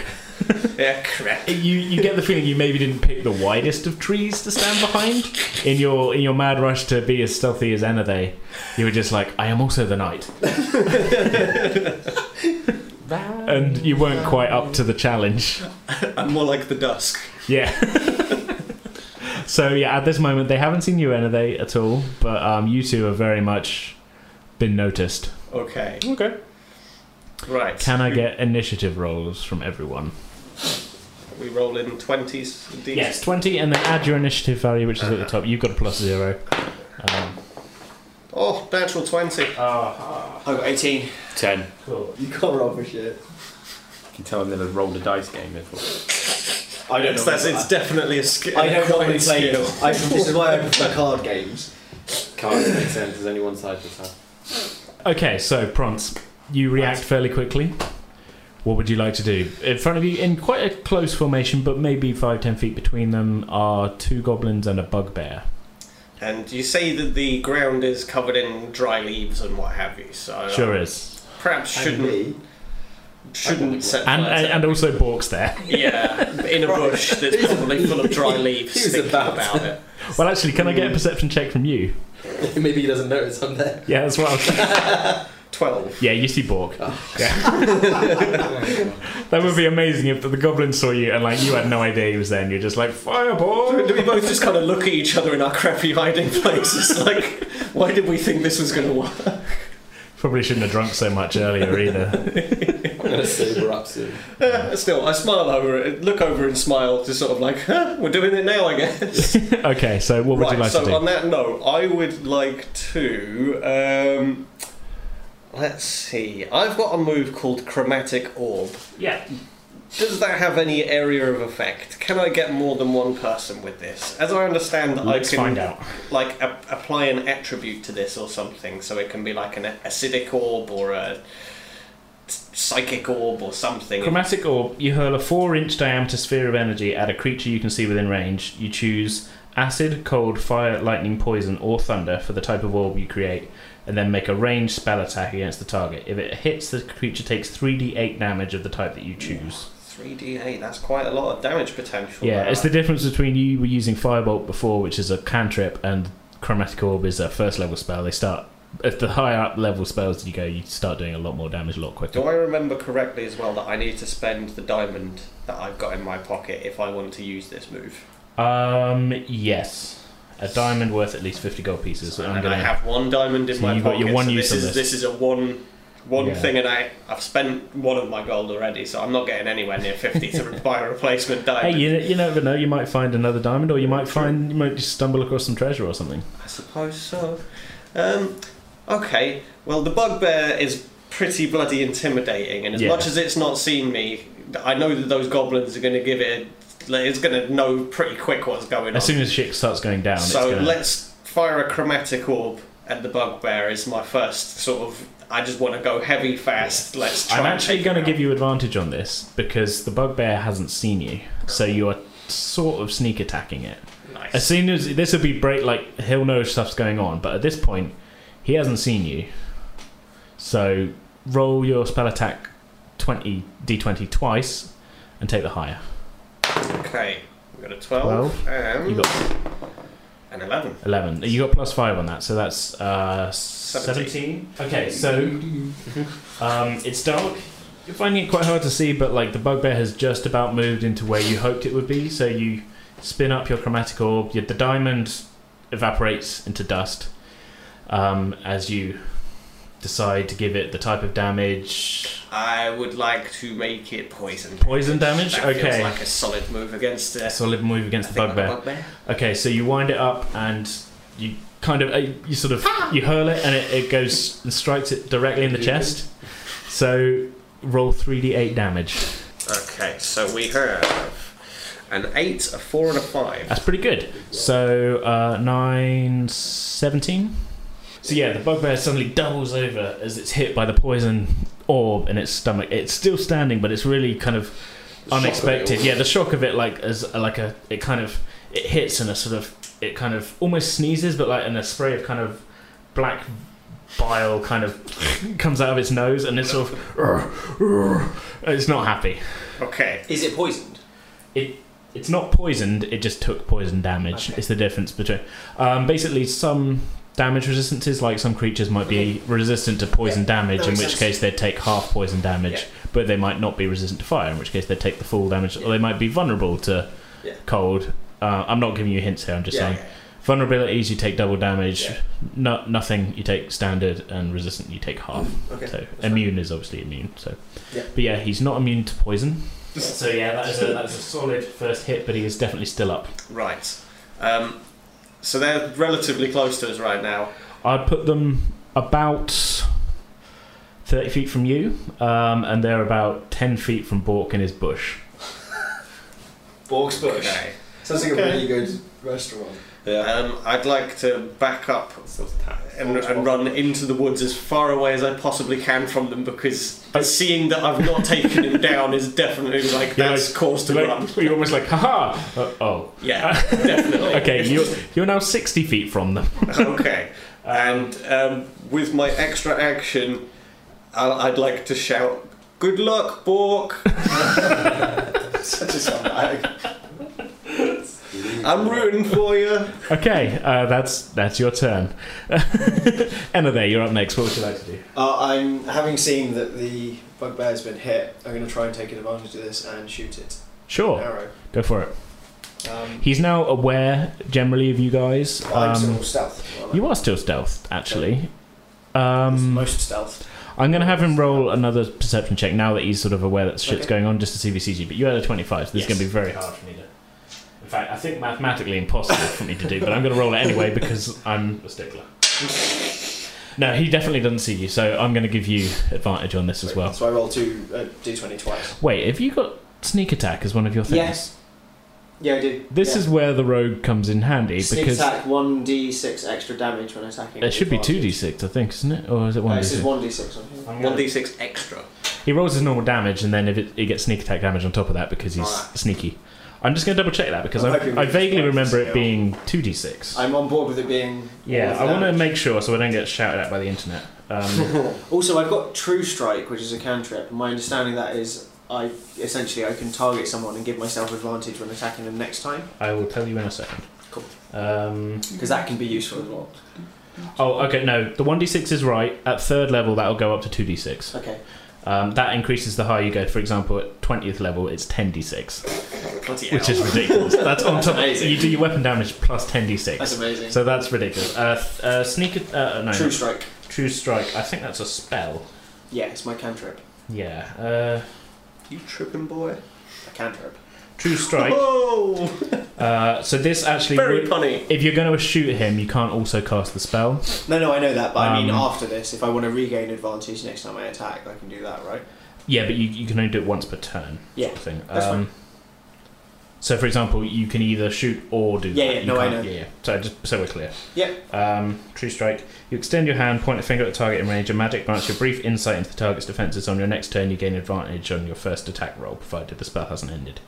B: Yeah, crap.
A: you you get the feeling you maybe didn't pick the widest of trees to stand behind in your in your mad rush to be as stealthy as Anathay. You were just like, I am also the knight, and you weren't quite up to the challenge.
B: I'm more like the dusk.
A: Yeah. so yeah, at this moment they haven't seen you Anathay at all, but um, you two have very much been noticed.
B: Okay.
D: Okay.
B: Right.
A: Can I get initiative rolls from everyone?
B: We roll in 20s. These?
A: Yes, 20, and then add your initiative value, which is at the top. You've got a plus zero. Um,
B: Oh, natural 20.
C: I got 18.
D: 10.
C: You can't roll for shit.
D: You can tell I've never rolled a dice game before.
C: I don't
B: It's,
C: know.
B: that's, it's definitely a skill.
C: I don't normally play them. I, this is why I prefer card games.
G: Can't make sense. There's only one side to this.
A: okay, so, Prance, you react fairly quickly. What would you like to do? In front of you, in quite a close formation, but maybe five, ten feet between them, are two goblins and a bugbear.
B: And you say that the ground is covered in dry leaves and what have you, so uh,
A: Sure is.
B: perhaps shouldn't
C: Me.
B: shouldn't set
A: And,
B: fire
A: and,
B: to
A: and also Bork's there.
B: it. yeah, in a bush that's probably full of dry leaves.
G: He was
B: Thinking
G: about
B: about, it.
A: Well, actually, can I get a perception check from you?
G: Maybe he doesn't notice I'm there.
A: Yeah, that's what I was.
B: Twelve.
A: Yeah, you see Bork.
B: Oh.
A: Yeah. that would be amazing if the goblin saw you and like you had no idea he was there and you're just like fireball.
B: Do we both just kind of look at each other in our crappy hiding places? Like, why did we think this was going to work?
A: Probably shouldn't have drunk so much earlier either.
G: I'm gonna sober up soon.
B: Eh, Still, I smile over it, look over and smile, just sort of like, huh, we're doing it now, I guess.
A: okay, so what would
B: right,
A: you like
B: so
A: to do?
B: on that note, I would like to. Um, let's see. I've got a move called Chromatic Orb.
A: yeah.
B: Does that have any area of effect? Can I get more than one person with this? As I understand,
A: Let's
B: I can
A: find out.
B: like a- apply an attribute to this or something, so it can be like an acidic orb or a psychic orb or something.
A: Chromatic orb, you hurl a four inch diameter sphere of energy at a creature you can see within range. You choose acid, cold, fire, lightning, poison, or thunder for the type of orb you create, and then make a ranged spell attack against the target. If it hits, the creature takes 3d8 damage of the type that you choose.
B: 3d8, that's quite a lot of damage potential.
A: Yeah,
B: there.
A: it's the difference between you were using Firebolt before, which is a cantrip, and Chromatic Orb is a first level spell. They start at the higher up level spells that you go, you start doing a lot more damage a lot quicker.
B: Do I remember correctly as well that I need to spend the diamond that I've got in my pocket if I want to use this move?
A: Um, yes, a diamond worth at least fifty gold pieces. So I'm
B: and I
A: gonna,
B: have one diamond in
A: So
B: my
A: you've got
B: pocket.
A: your one
B: so
A: use
B: this
A: on
B: is
A: this.
B: this is a one one
A: Yeah.
B: thing, and I I've spent one of my gold already, so I'm not getting anywhere near fifty to buy a replacement
A: hey,
B: diamond.
A: you, you never know. You might find another diamond, or you might find you might just stumble across some treasure or something.
B: I suppose so. Um, okay, well, the bugbear is pretty bloody intimidating, and as
A: Yeah.
B: much as it's not seen me, I know that those goblins are going to give it. a- like, It's going to know pretty quick what's going on.
A: As soon as shit starts going down,
B: so
A: it's gonna,
B: let's fire a chromatic orb at the bugbear. Is my first sort of. I just want to go heavy fast. Let's. Try
A: I'm
B: and
A: actually
B: take
A: going
B: it
A: to
B: out.
A: give you advantage on this because the bugbear hasn't seen you, so you are sort of sneak attacking it.
B: Nice.
A: As soon as this will be break, like he'll know stuff's going on, but at this point, he hasn't seen you. So roll your spell attack twenty d20 twice, and take the higher.
B: Okay, we got a 12,
A: You
B: and
A: got
B: an 11.
A: eleven. You got plus five on that, so that's uh, seventeen.
B: Seventeen.
A: Okay, so um, it's dark. You're finding it quite hard to see, but like the bugbear has just about moved into where you hoped it would be. So you spin up your chromatic orb. Your, the diamond evaporates into dust um, as you decide to give it the type of damage.
B: I would like to make it poison.
A: Poison damage?
B: That
A: Okay.
B: Feels like a solid move against uh,
A: Solid move against
B: I
A: the
B: think
A: bugbear.
B: bugbear.
A: Okay, so you wind it up and you kind of uh, you sort of you hurl it and it, it goes and strikes it directly in the chest. So roll three d eight damage.
B: Okay, so we have an 8, a 4, and a 5.
A: That's pretty good. So uh, nine seventeen. So yeah, the bugbear suddenly doubles over as it's hit by the poison orb in its stomach. It's still standing, but it's really kind of unexpected. Yeah, the shock of it, like as like a, it kind of it hits and a sort of it kind of almost sneezes, but like and a spray of kind of black bile kind of comes out of its nose, and it's sort of it's not happy.
B: Okay.
C: Is it poisoned?
A: It's not poisoned. It just took poison damage.
C: Okay.
A: It's the difference between. Um, basically, some damage resistances, like some creatures, might be resistant to poison damage,
C: that
A: in
C: makes
A: which
C: sense.
A: case they'd take half poison damage,
C: Yeah.
A: but they might not be resistant to fire, in which case they'd take the full damage,
C: Yeah.
A: or they might be vulnerable to
C: Yeah.
A: cold. Uh, I'm not giving you hints here. I'm just
C: yeah,
A: saying vulnerabilities. You take double damage.
C: Yeah.
A: No, nothing. You take standard, and resistant. You take half.
C: yeah. Mm, Okay.
A: So
C: fine.
A: immune is obviously immune. So,
C: Yeah.
A: but yeah, he's not immune to poison. So yeah, that is a that is a solid first hit, but he is definitely still up.
B: Right. Um, so they're relatively close to us right now.
A: I'd put them about thirty feet from you, um, and they're about ten feet from Bork in his bush.
C: Borg's Bush.
B: Okay.
C: Sounds like
B: Okay.
C: a really good restaurant.
G: Yeah.
B: Um, I'd like to back up
G: So it's tax.
B: and, and run into the woods as far away as I possibly can from them because seeing that I've not taken him down is definitely like
A: Yeah,
B: that's cause to run.
A: you're almost like, haha. Uh, oh,
B: Yeah, definitely.
A: okay. You're you're now sixty feet from them.
B: okay. And um, with my extra action, i I'd like to shout, "Good luck, Bork!
C: Such a scumbag.
B: I'm rooting for you."
A: Okay, uh, that's that's your turn. Emma, there, you're up next. What would you like to do?
C: uh, I'm having seen that the bugbear's been hit. I'm going to try and take advantage of this and shoot it. An
A: Sure,
C: arrow.
A: go for it.
C: Um,
A: He's now aware generally of you guys.
C: I'm still
A: Um,
C: stealth. Well,
A: you are still stealthed, actually.
C: that's
A: Um,
C: most stealth.
A: I'm going to have him roll another perception check now that he's sort of aware that shit's
C: Okay.
A: going on, just to see if he sees you. But you had a 25, so this is going to be very hard for me to. In fact, I think mathematically impossible for me to do, but I'm going to roll it anyway because I'm a stickler. No, he definitely doesn't see you, so I'm going to give you advantage on this as well.
C: So I roll two uh, d20 twice.
A: Wait, have you got sneak attack as one of your things?
C: Yes. Yeah, I do.
A: This is where the rogue comes in handy
C: Sneak
A: because
C: attack one d six extra damage when attacking.
A: it should be
C: with
A: 2d6, I think, isn't it? Or is it
C: advantage. No,
A: 1d6?
C: this is one d six. on here.
A: I'm
B: One
A: gonna-
B: d six extra.
A: He rolls his normal damage, and then if it, he gets sneak attack damage on top of that because he's
B: Alright.
A: sneaky. I'm just going to double check that because
C: I'm
A: I,
C: hoping we
A: I
C: just
A: vaguely
C: find
A: remember it
C: skill.
A: being two d six.
C: I'm on board with it being.
A: Yeah, I
C: all of
A: want to
C: damage.
A: make sure so I don't get shouted at by the internet. Um,
C: Also, I've got True Strike, which is a cantrip. My understanding of that is, I essentially I can target someone and give myself advantage when attacking them next time
A: I will tell you in a second.
C: Cool.
A: Um,
C: because that can be useful as well.
A: oh, okay. No, the one d six is right. At third level, that'll go up to two d six.
C: Okay,
A: Um, that increases the higher you go. For example, at twentieth level, it's ten d six,
B: Bloody
A: which
B: hell.
A: is ridiculous. That's on
C: That's
A: top.
C: amazing.
A: You do your weapon damage plus ten d six.
C: that's amazing.
A: So that's ridiculous. Uh, th- uh, sneak. at- Uh, no,
C: True Strike.
A: True Strike. I think that's a spell.
C: Yeah, it's my cantrip.
A: Yeah. Uh,
B: you tripping boy?
C: A cantrip.
A: True strike.
B: Whoa!
A: Uh, so this actually,
B: Very
A: would-
B: punny.
A: if you're going to shoot him, you can't also cast the spell.
C: No, no, I know that, but I mean
A: Um,
C: after this, if I want to regain advantage next time I attack, I can do that, right?
A: Yeah, but you, you can only do it once per turn.
C: Yeah,
A: sort of thing.
C: that's
A: um, So, for example, you can either shoot or do
C: Yeah,
A: that.
C: yeah,
A: You
C: no, I
A: can't-
C: know.
A: Yeah, yeah. So just so we're clear.
C: Yeah.
A: Um, true strike. You extend your hand, point a finger at the target in range. A magic grants you a brief insight into the target's defenses. On your next turn, you gain advantage on your first attack roll, provided the spell hasn't ended.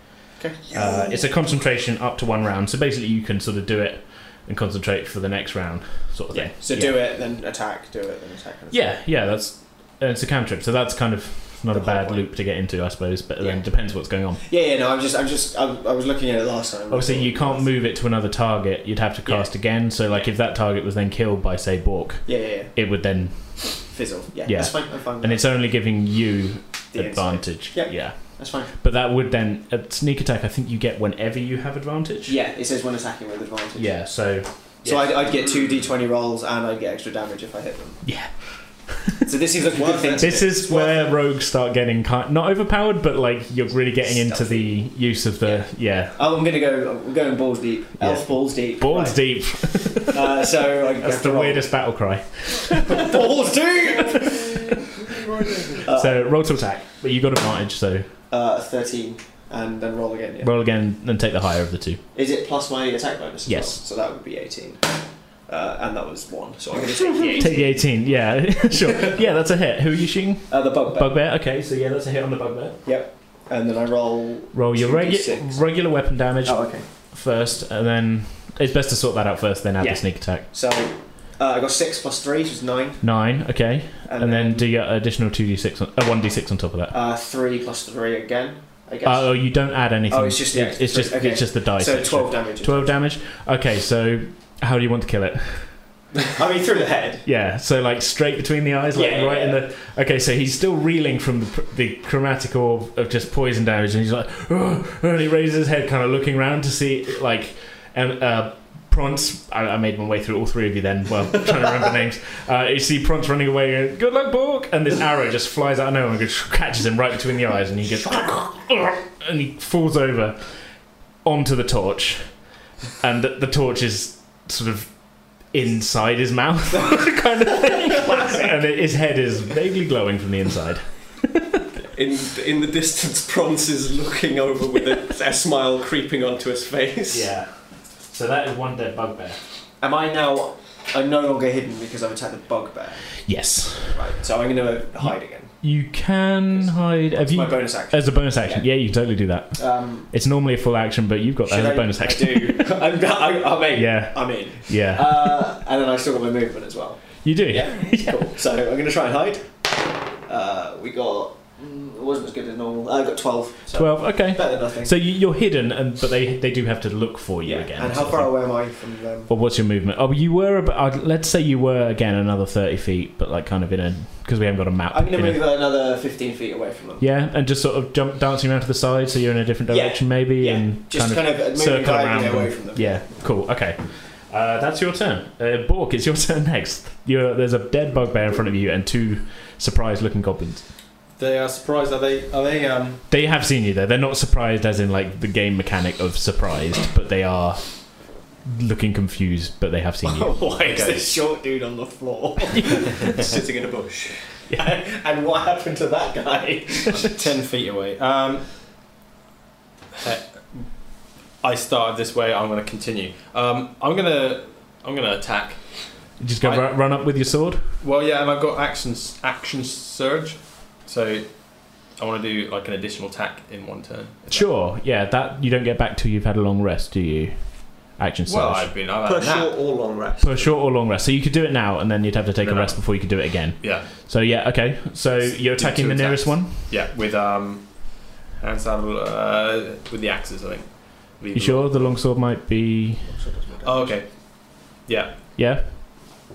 C: Okay.
A: Uh, it's a concentration up to one round. So basically, you can sort of do it and concentrate for the next round, sort of
C: Yeah.
A: thing.
C: So do it, then attack. Do it, then attack. and attack.
A: Yeah, yeah, that's uh, it's a cantrip, so that's kind of not
C: The
A: a
C: whole
A: bad
C: point.
A: loop to get into, I suppose. But then
C: Yeah.
A: depends what's going on.
C: Yeah, yeah. No, I'm just, I'm just, I, I was looking at it last time.
A: Obviously, you can't move it to another target. You'd have to
C: Yeah.
A: cast again. So, like, if that target was then killed by, say, Bork,
C: Yeah, yeah, yeah.
A: it would then,
C: Fizzle. Yeah,
A: Yeah.
C: that's fine. I'm fine. with
A: and
C: that.
A: it's only giving you
C: The insight.
A: advantage.
C: Yeah.
A: Yeah,
C: That's fine.
A: but that would then at sneak attack. I think you get whenever you have advantage.
C: Yeah, it says when attacking with advantage.
A: Yeah. So
C: So I'd, I'd get two d20 rolls and I'd get extra damage if I hit them.
A: Yeah.
C: So this seems like a good
B: Worth
C: thing.
B: it.
C: to
A: this
C: do.
A: is where rogues start getting kind not overpowered, but like you're really getting into the use of the yeah,
C: Oh, I'm gonna go. I'm going balls deep. Elf
A: Yeah.
C: balls deep.
A: balls
C: Right.
A: deep.
C: Uh, so I
A: That's
C: have to
A: the
C: roll.
A: weirdest battle cry.
C: balls deep. Uh,
A: so roll to attack, but you got advantage. So
C: Uh, Thirteen, and then roll again. Yeah.
A: roll again and take the higher of the two.
C: Is it plus my attack bonus? as
A: Yes.
C: well? So that would be 18. Uh, and that was 1. So I'm going to take the 18.
A: Take the 18, yeah, sure. Yeah, that's a hit. Who are you shooting?
C: Uh, the bugbear.
A: Bugbear? Okay, so yeah, that's a hit on the bugbear.
C: and then I roll.
A: Roll your regu-
C: 2d6.
A: regular weapon damage
C: Oh, okay.
A: first, and then it's best to sort that out first, then add
C: Yeah.
A: the sneak attack.
C: So uh, I got 6 plus 3, which is 9.
A: Nine, okay, and, then, do your additional 2d6, on, uh, 1d6 on top of that.
C: uh, 3 plus 3 again, I guess.
A: Oh, you don't add anything.
C: Oh, it's just- yeah,
A: it's just
C: okay.
A: it's just the dice.
C: so
A: actually.
C: 12 damage.
A: 12 damage. Okay, so how do you want to kill it?
C: I mean, through the head.
A: Yeah, so like straight between the eyes, like
C: Yeah,
A: right in
C: yeah.
A: the. Okay, so he's still reeling from the, pr- the chromatic orb of just poison damage, and he's like, "Ugh," and he raises his head, kind of looking around to see, like, and uh, Prance. I, I made my way through all three of you then, well, trying to remember names. Uh, you see Prance running away, and good luck, Bork, and this arrow just flies out of nowhere and goes, catches him right between the eyes, and he goes, "Ugh," and he falls over onto the torch, and the, the torch is sort of inside his mouth kind of thing. and it- his head is vaguely glowing from the inside.
B: In in the distance, Prance is looking over with a, a smile creeping onto his face.
A: So that is one dead bugbear.
C: Am I now. I'm no longer hidden because I've attacked the bugbear.
A: Yes.
C: Right. So I'm going to hide again.
A: You can hide. Have
C: It's my
A: you?
C: bonus action.
A: As a bonus action, yeah. you can totally do that.
C: Um,
A: It's normally a full action, but you've got that
C: should
A: as a
C: I-
A: bonus action.
C: I do. I'm, I, I'm in.
A: Yeah,
C: I'm in.
A: yeah.
C: Uh, and then I still got my movement as well.
A: you do.
C: Yeah, cool. So I'm going to try and hide. Uh, we got. mm, It wasn't as good as normal. I got 12. So
A: Twelve. Okay.
C: Better than nothing.
A: So you, you're hidden, and but they they do have to look for you
C: yeah.
A: again.
C: and
A: sort
C: how
A: of
C: far
A: thing.
C: away am I from them?
A: Well, what's your movement? Oh, you were about. I'd- Let's say you were again another thirty feet, but like kind of in a because we haven't got a map.
C: I'm going
A: in
C: to
A: a-
C: move another 15 feet away from them.
A: Yeah, and just sort of jump dancing around to the side, so you're in a different
C: Yeah.
A: direction, maybe,
C: Yeah,
A: and
C: Just
A: kind of,
C: kind of, moving
A: circle around
C: diagonally
A: them.
C: away from them.
A: yeah, cool, okay. Uh, that's your turn, uh, Bork. It's your turn next. You're, there's a dead bugbear in front of you and two surprised-looking goblins.
G: They are surprised. Are they? Are they? Um.
A: They have seen you there. They're not surprised, as in like the game mechanic of surprised, but they are looking confused. But they have seen you.
C: Why is this short dude on the floor?
B: Sitting in a bush.
C: and what happened to that guy?
D: Ten feet away. Um, uh, I started this way. I'm going to continue. Um, I'm going to I'm going to attack.
A: Just go
D: I-
A: ru- run up with your sword.
D: Well, yeah, and I've got action action surge, so I want to do like an additional attack in one turn.
A: Sure. Yeah, that you don't get back till you've had a long rest, do you? Action surge.
D: Well, I've been. I've had
B: Per
D: a nap.
B: short or long rest.
A: For a short or long rest. So you could do it now, and then you'd have to take
D: No,
A: a
D: no.
A: rest before you could do it again.
D: Yeah,
A: So yeah, okay. So
D: S-
A: you're
D: do
A: attacking
D: two
A: the nearest
D: attacks.
A: one.
D: yeah, with um, hands out uh, with the axes, I think.
A: You sure the longsword might be?
D: Oh, okay. Yeah,
A: Yeah.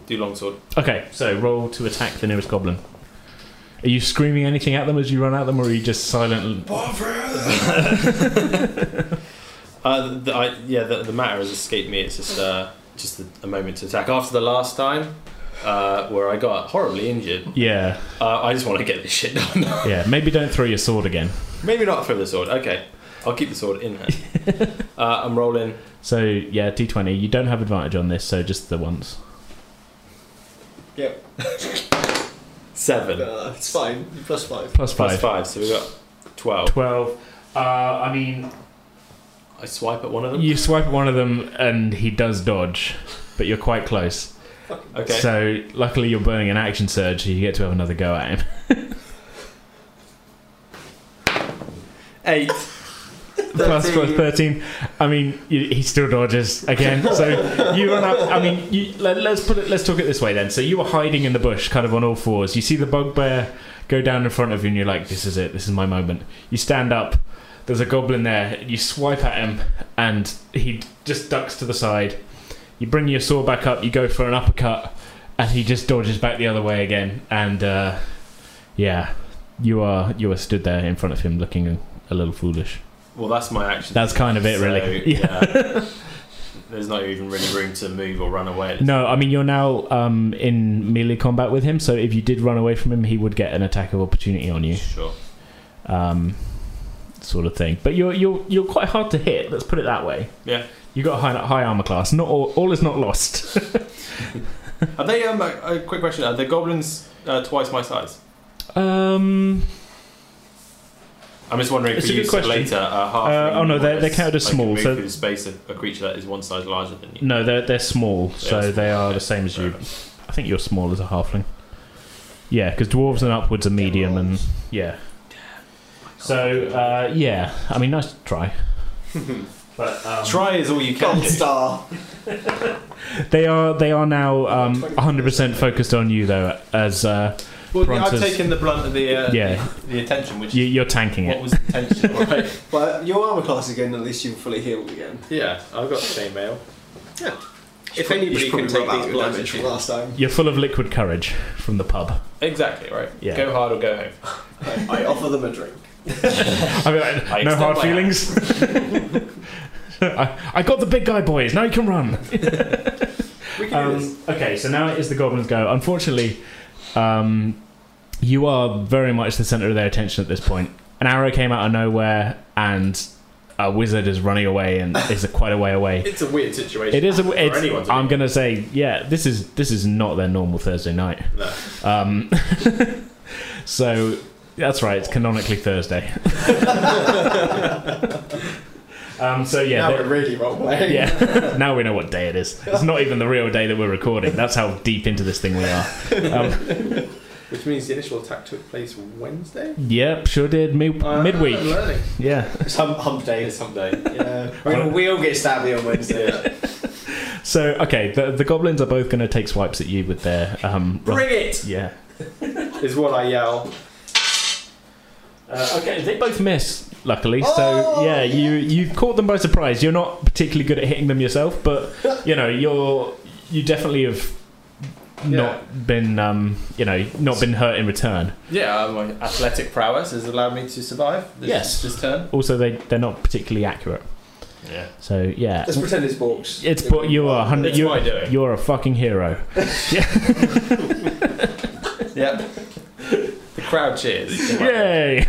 D: do longsword.
A: Okay. So roll to attack the nearest goblin. Are you screaming anything at them as you run at them, or are you just silent?
D: Uh, the, I, yeah, the, the matter has escaped me. It's just uh, just a, a moment to attack. After the last time, uh, where I got horribly injured,
A: Yeah.
D: uh, I just want to get this shit done.
A: Yeah. Maybe don't throw your sword again.
D: Maybe not throw the sword. Okay. I'll keep the sword in hand. uh, I'm rolling.
A: So yeah, D twenty. You don't have advantage on this, so just the once.
D: Seven
C: Uh, it's fine. Plus five.
A: Plus five.
D: plus five, so we got twelve.
A: Twelve. Uh, I mean,
D: I swipe at one of them.
A: you swipe at one of them and he does dodge, but you're quite close.
D: Okay.
A: So luckily you're burning an action surge, so you get to have another go at him.
D: Eight.
A: Plus plus thirteen. I mean, you, he still dodges again. So you run up. I mean, you, let, us put it. Let's talk it this way then. So you were hiding in the bush, kind of on all fours. You see the bugbear go down in front of you, and you're like, "This is it. This is my moment." You stand up. There's a goblin there. You swipe at him, and he just ducks to the side. You bring your sword back up. You go for an uppercut, and he just dodges back the other way again. And uh, yeah, you are you are stood there in front of him, looking a little foolish.
D: Well, that's my action.
A: That's kind of it, really.
D: So, yeah. There's not even really room to move or run away.
A: No, I mean you're now um, in melee combat with him, so if you did run away from him, he would get an attack of opportunity on you,
D: Sure.
A: um, sort of thing. But you're you're you're quite hard to hit. Let's put it that way.
D: Yeah.
A: You got a high, high armor class. Not all, all is not lost.
D: Are they? Um, a, a quick question. Are the goblins uh, twice my size?
A: um,
D: I'm just wondering
A: It's
D: for
A: a good
D: you so
A: question.
D: later. Uh, half
A: Uh, oh, no, they're-
D: they
A: they're counted as small,
D: Move
A: so-
D: through the space of a creature that is one size larger than you.
A: no, they're they're small, so
D: Yes.
A: they are the same as you. I think you're small as a halfling. Yeah, because dwarves and upwards are medium, and yeah. So uh, yeah, I mean, nice try. but um,
D: Try is all you can. do.
C: star.
A: They are they are now um, 100% focused on you though as uh,
D: Well,
A: Bronze
D: I've
A: is-
D: taken the blunt of the uh,
A: yeah
D: the attention, which
A: you, you're tanking
D: what
A: it.
D: was the tension? right?
C: But your armor class again. At least you're fully healed again.
D: Yeah, I've got chainmail.
B: If anybody can take these bloods,
C: damage
B: it's
C: from
B: you.
C: last time.
A: You're full of liquid courage from the pub.
D: Exactly right.
A: Yeah.
D: Go hard or go home.
C: I, I offer them a drink.
A: I mean, I-
D: I
A: no hard
D: extend my hand.
A: feelings. I, I got the big guy boys. Now you can run.
C: We can do
A: Um,
C: this.
A: okay, so now it is the goblins' go. Unfortunately, um, you are very much the center of their attention at this point. An arrow came out of nowhere, and a wizard is running away and is quite a way away.
D: It's a weird situation.
A: It is. A, it's,
D: anyone to
A: I'm
D: be.
A: gonna say, yeah. This is this is not their normal Thursday night.
D: No.
A: Um, so that's right. It's canonically Thursday. um, so yeah,
C: now
A: they're-
C: we're really role playing.
A: yeah. now we know what day it is. It's not even the real day that we're recording. That's how deep into this thing we are. Um,
G: Which means the initial attack took place Wednesday?
A: yep, sure did. Mid-
G: Uh, I'm
A: midweek.
G: learning.
A: Yeah.
C: It's hump, hump day.
D: It's hump day.
C: Yeah. We're gonna, we all get stabby on Wednesday.
A: So okay, the, the goblins are both gonna take swipes at you with their um. ro-
G: Bring it!
A: yeah.
G: Is what I yell.
A: Uh, okay, they both miss, luckily. so
C: Oh,
A: yeah,
C: yeah.
A: you you caught them by surprise. You're not particularly good at hitting them yourself, but you know you're you definitely have not been um you know not been hurt in return.
D: Yeah, my athletic prowess has allowed me to survive. This,
A: Yes.
D: this turn.
A: Also, they they're not particularly accurate.
D: Yeah,
A: So yeah,
C: Let's pretend it's Borks.
A: it's but you are hundred.
D: It's
A: You're,
D: my doing.
A: you're a fucking hero.
D: yep. the crowd cheers.
A: Yay!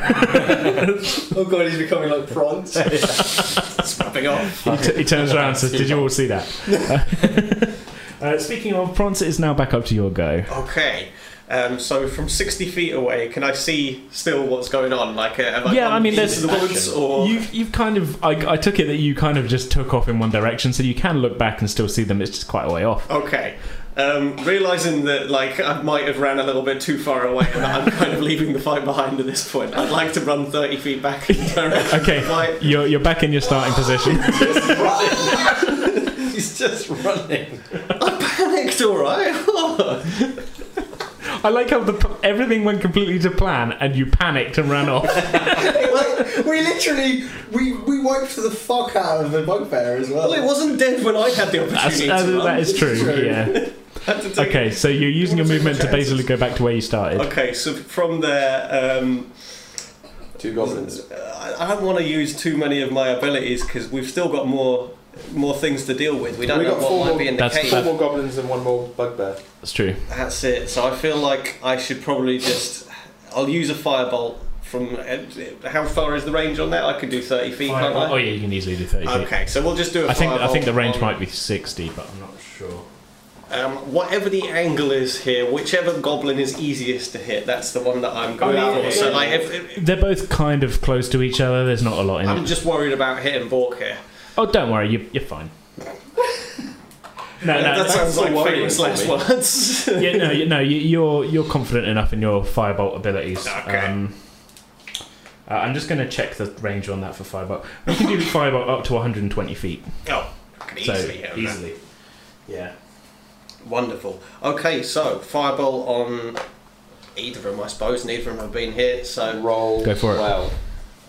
C: Oh god, he's becoming like prawns.
D: Snapping off.
A: he, t- he turns around and says, "Did you all see that?" uh, speaking of Pronce, it's now back up to your go.
B: Okay. Um, so from 60 feet away, can I see still what's going on? Like, uh, have
A: Yeah,
B: gone
A: I mean,
B: into
A: there's-
B: the woods, or
A: You've, you've kind of I, I took it that you kind of just took off in one direction so you can look back and still see them it's just quite a way off
B: okay. Um, realizing that like I might have ran a little bit too far away, and that I'm kind of leaving the fight behind at this point. I'd like to run 30 feet back in the direction.
A: okay
B: of the fight.
A: you're, you're back in your starting position
C: he's just running.
B: Panicked, all right.
A: i like how the, p- everything went completely to plan and you panicked and ran off
C: like, we literally we we wiped the fuck out of the bugbear as well.
B: well, it wasn't dead when I had the
A: That's-
B: opportunity
A: that-
B: to run.
A: that is true
C: True.
A: yeah
B: Had to take
A: okay so you're using your
B: wanna take
A: movement
B: the
A: to basically go back to where you started
B: Okay, so from there, um,
D: Two goblins.
B: I I don't want to use too many of my abilities because we've still got more more things to deal with. We don't
G: We
B: know
G: got
B: what
G: four
B: might
G: more-
B: be in the
A: That's-
B: cave.
G: Four more goblins and one more bugbear.
A: that's true
B: That's it. So I feel like I should probably just. I'll use a firebolt from uh, how far is the range on that? I can do thirty feet,
A: Five-
B: can't I?
A: oh yeah, you can easily do thirty feet.
B: Okay, so we'll just do it.
A: I think I think the range might be sixty, but I'm not sure.
B: Um, whatever the angle is here, whichever goblin is easiest to hit, that's the one that I'm going
G: Oh,
C: yeah,
B: for.
C: yeah,
B: so
C: yeah.
B: like, if, if-
A: They're both kind of close to each other. There's not a lot in
B: I'm
A: it.
B: just worried about hitting Bork here.
A: Oh, don't worry, you, you're fine. No, no,
B: that sounds
D: so
B: like
D: worrying
B: famous
D: for
B: last
D: me.
B: words.
A: yeah, no, you, no, you, you're you're confident enough in your firebolt abilities.
B: Okay.
A: Um, uh, I'm just going to check the range on that for firebolt. You can do firebolt up to 120 feet,
B: oh, I can
A: so
B: easily hit him.
A: easily. Yeah.
B: Wonderful. Okay, so fireball on either of them, I suppose. Neither of them have been hit, so
D: Roll
A: Go for it.
D: well.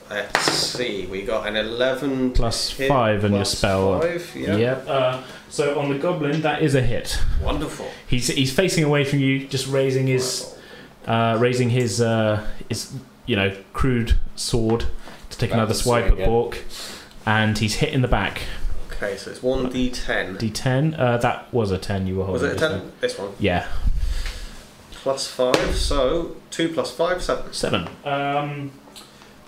B: let's see. We got an 11
A: Plus
B: hit,
A: five on your
B: plus
A: spell.
B: Five, yeah.
A: Yep. Uh, so on the goblin, that is a hit.
B: Wonderful.
A: He's he's facing away from you, just raising his uh, raising his uh, his you know crude sword to take
D: Back
A: another
D: to
A: swipe
D: swing,
A: at
D: yeah.
A: Bork, and he's hit in the back.
B: Okay, so it's 1d10.
A: D10. Uh, that was a 10. You were
B: Was
A: holding.
B: it a
A: just
B: 10?
A: now.
B: This one.
A: Yeah.
B: Plus five, so 2 plus 5, 7.
A: Seven. Um,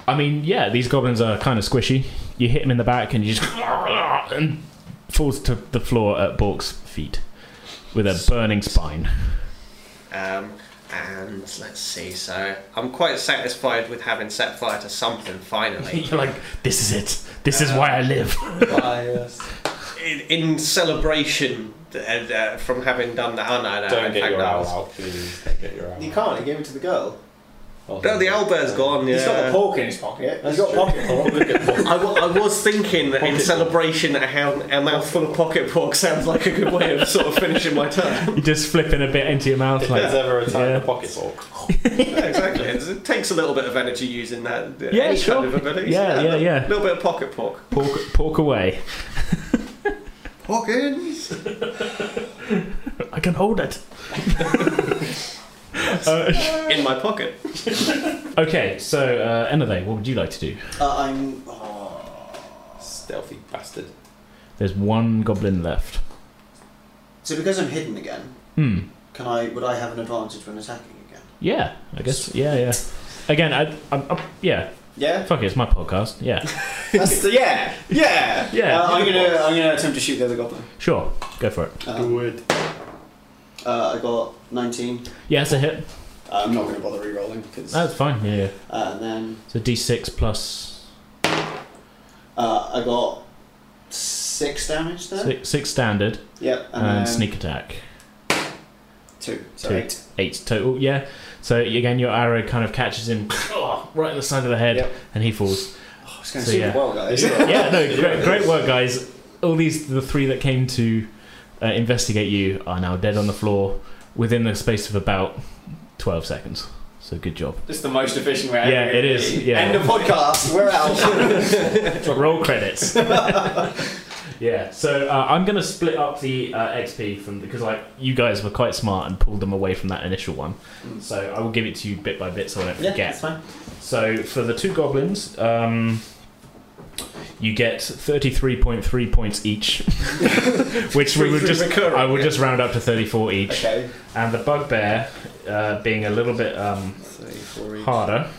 A: I mean, yeah, these goblins are kind of squishy. You hit him in the back, and you just and falls to the floor at Bork's feet with a burning spine.
B: Um, and let's see, so I'm quite satisfied with having set fire to something finally.
A: You're like, this is it. This is why I live.
D: uh,
C: Bias.
B: in, in celebration uh, uh, from having done that. Oh, no, no, in
D: Don't get
B: fact,
D: your
B: that
D: owl
B: was-
D: out, please. Don't get your owl
C: You can't. He gave it to the girl.
D: out.
B: No, the owlbear's gone, yeah.
C: He's got the pork in his pocket. He's got pocket pork.
B: I, w- I was thinking that in
D: Pocket
B: celebration that how a mouthful of pocket pork sounds like a good way of sort of finishing my turn.
A: You're just flipping a bit into your mouth,
D: If
A: like
D: there's ever a time
A: yeah.
D: a pocket fork.
B: yeah, exactly. It's- It takes a little bit of energy using that. uh,
A: Yeah,
B: any
A: sure.
B: Kind of ability.
A: Yeah, yeah, yeah.
B: A little bit of pocket pork.
A: pork, pork away.
B: Hawkins.
A: I can hold it.
B: In my pocket.
A: Uh, Okay, so uh, Enave, what would you like to do?
C: Uh, I'm. Oh.
D: Stealthy bastard.
A: There's one goblin left.
C: So because I'm hidden again,
A: Hmm.
C: can I? Would I have an advantage when attacking again?
A: Yeah, I guess. Yeah, yeah. Again, I, I'm, I'm, yeah.
C: Yeah.
A: Fuck it, it's my podcast. Yeah,
C: That's the, yeah. Yeah.
A: Yeah.
C: Uh, I'm gonna. I'm gonna attempt to shoot the other goblin.
A: sure, go for it.
C: Um,
D: Good.
C: uh, I got 19.
A: Yeah, it's a hit.
C: Uh, I'm not gonna bother re-rolling because. Uh,
A: That's fine. Yeah. yeah.
C: and then
A: So D6 plus
C: uh, I got six damage there.
A: six, six standard
C: Yep. And,
A: and,
C: then
A: sneak attack.
C: two. So
A: Two.
C: eight.
A: Eight total. Yeah. So again, your arrow kind of catches him oh, right in the side of the head,
C: Yep.
A: and he falls.
C: Oh, it's going
A: So,
C: super
A: yeah.
C: well, guys.
A: yeah. No. Great, great work, guys. All these the three that came to uh, investigate you are now dead on the floor within the space of about twelve seconds. So good job.
C: It's the most efficient way.
A: Yeah, it is. Yeah.
C: End of podcast. We're out.
A: Roll credits. yeah, so uh, I'm going to split up the uh, XP from because like you guys were quite smart and pulled them away from that initial one.
C: Mm.
A: So I will give it to you bit by bit so I don't
C: yeah,
A: forget.
C: it's fine.
A: So for the two goblins, um, you get 33.3 points each, which we will
B: Three
A: just
B: recurring,
A: I will
B: yeah.
A: just round up to 34 each.
C: Okay.
A: And the bugbear uh, being a little bit um, harder.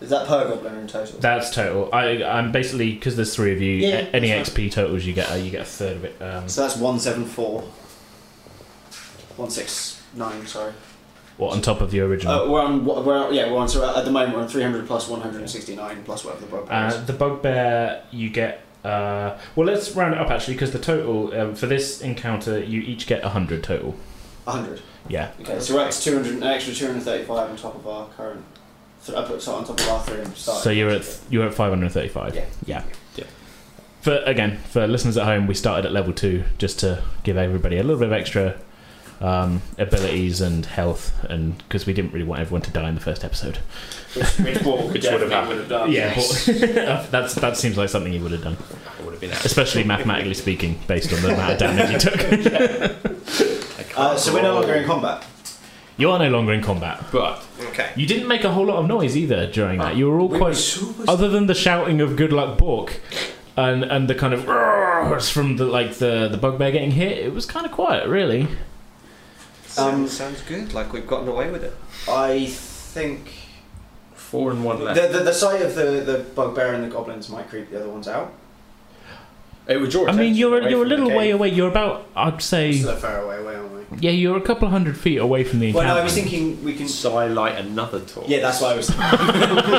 C: Is that per goblin in total?
A: That's total. I, I'm basically because there's three of you.
C: Yeah,
A: a- any
C: that's
A: XP totals you get, uh, you get a third of it. Um,
C: So that's 174. 169, sorry.
A: what on top of your original?
C: Uh, we're on, we're on, yeah, we're on, so at the moment we're on 300 plus 169 plus whatever the bugbear
A: Uh,
C: is.
A: the bugbear you get. Uh, well, let's round it up actually because the total um, for this encounter you each get hundred total.
C: 100.
A: Yeah.
C: Okay, so we're at 200, an extra 235 on top of our current. So I put so on top of our 300 starting.
A: So you're at you're at 535.
C: Yeah.
A: Yeah.
D: Yeah.
A: For again, for listeners at home, we started at level two just to give everybody a little bit of extra um, abilities and health, and because we didn't really want everyone to die in the first episode.
G: Which Borg
D: Which
G: definitely
D: would've happened.
G: would've
C: Oh,
G: done.
A: Yeah, well, that's that seems like something you would have done,
D: That would have been out.
A: especially mathematically speaking, based on the amount of damage you took.
C: uh, so we're no longer in combat.
A: You are no longer in combat.
D: But
B: Okay.
A: You didn't make a whole lot of noise either during that. You were all
C: We were
A: quite,
C: super
A: other than the shouting of "Good luck, Bork," and and the kind of roars from the like the the bugbear getting hit. It was kind of quiet, really.
C: Um,
B: sounds, sounds good. Like we've gotten away with it.
C: I think
D: four and one left.
C: The, the, the sight of the, the bugbear and the goblins might creep the other ones out.
D: It would draw
A: I mean,
D: attention
A: you're
D: away
A: you're a
D: from the
A: little
D: game.
A: way away. You're about, I'd say,
C: Still a fair way away, aren't we?
A: yeah, you're a couple of hundred feet away from the
C: Well, no, I
A: encampment.
C: was thinking we can.
D: So I light another torch.
C: Yeah, that's what I was.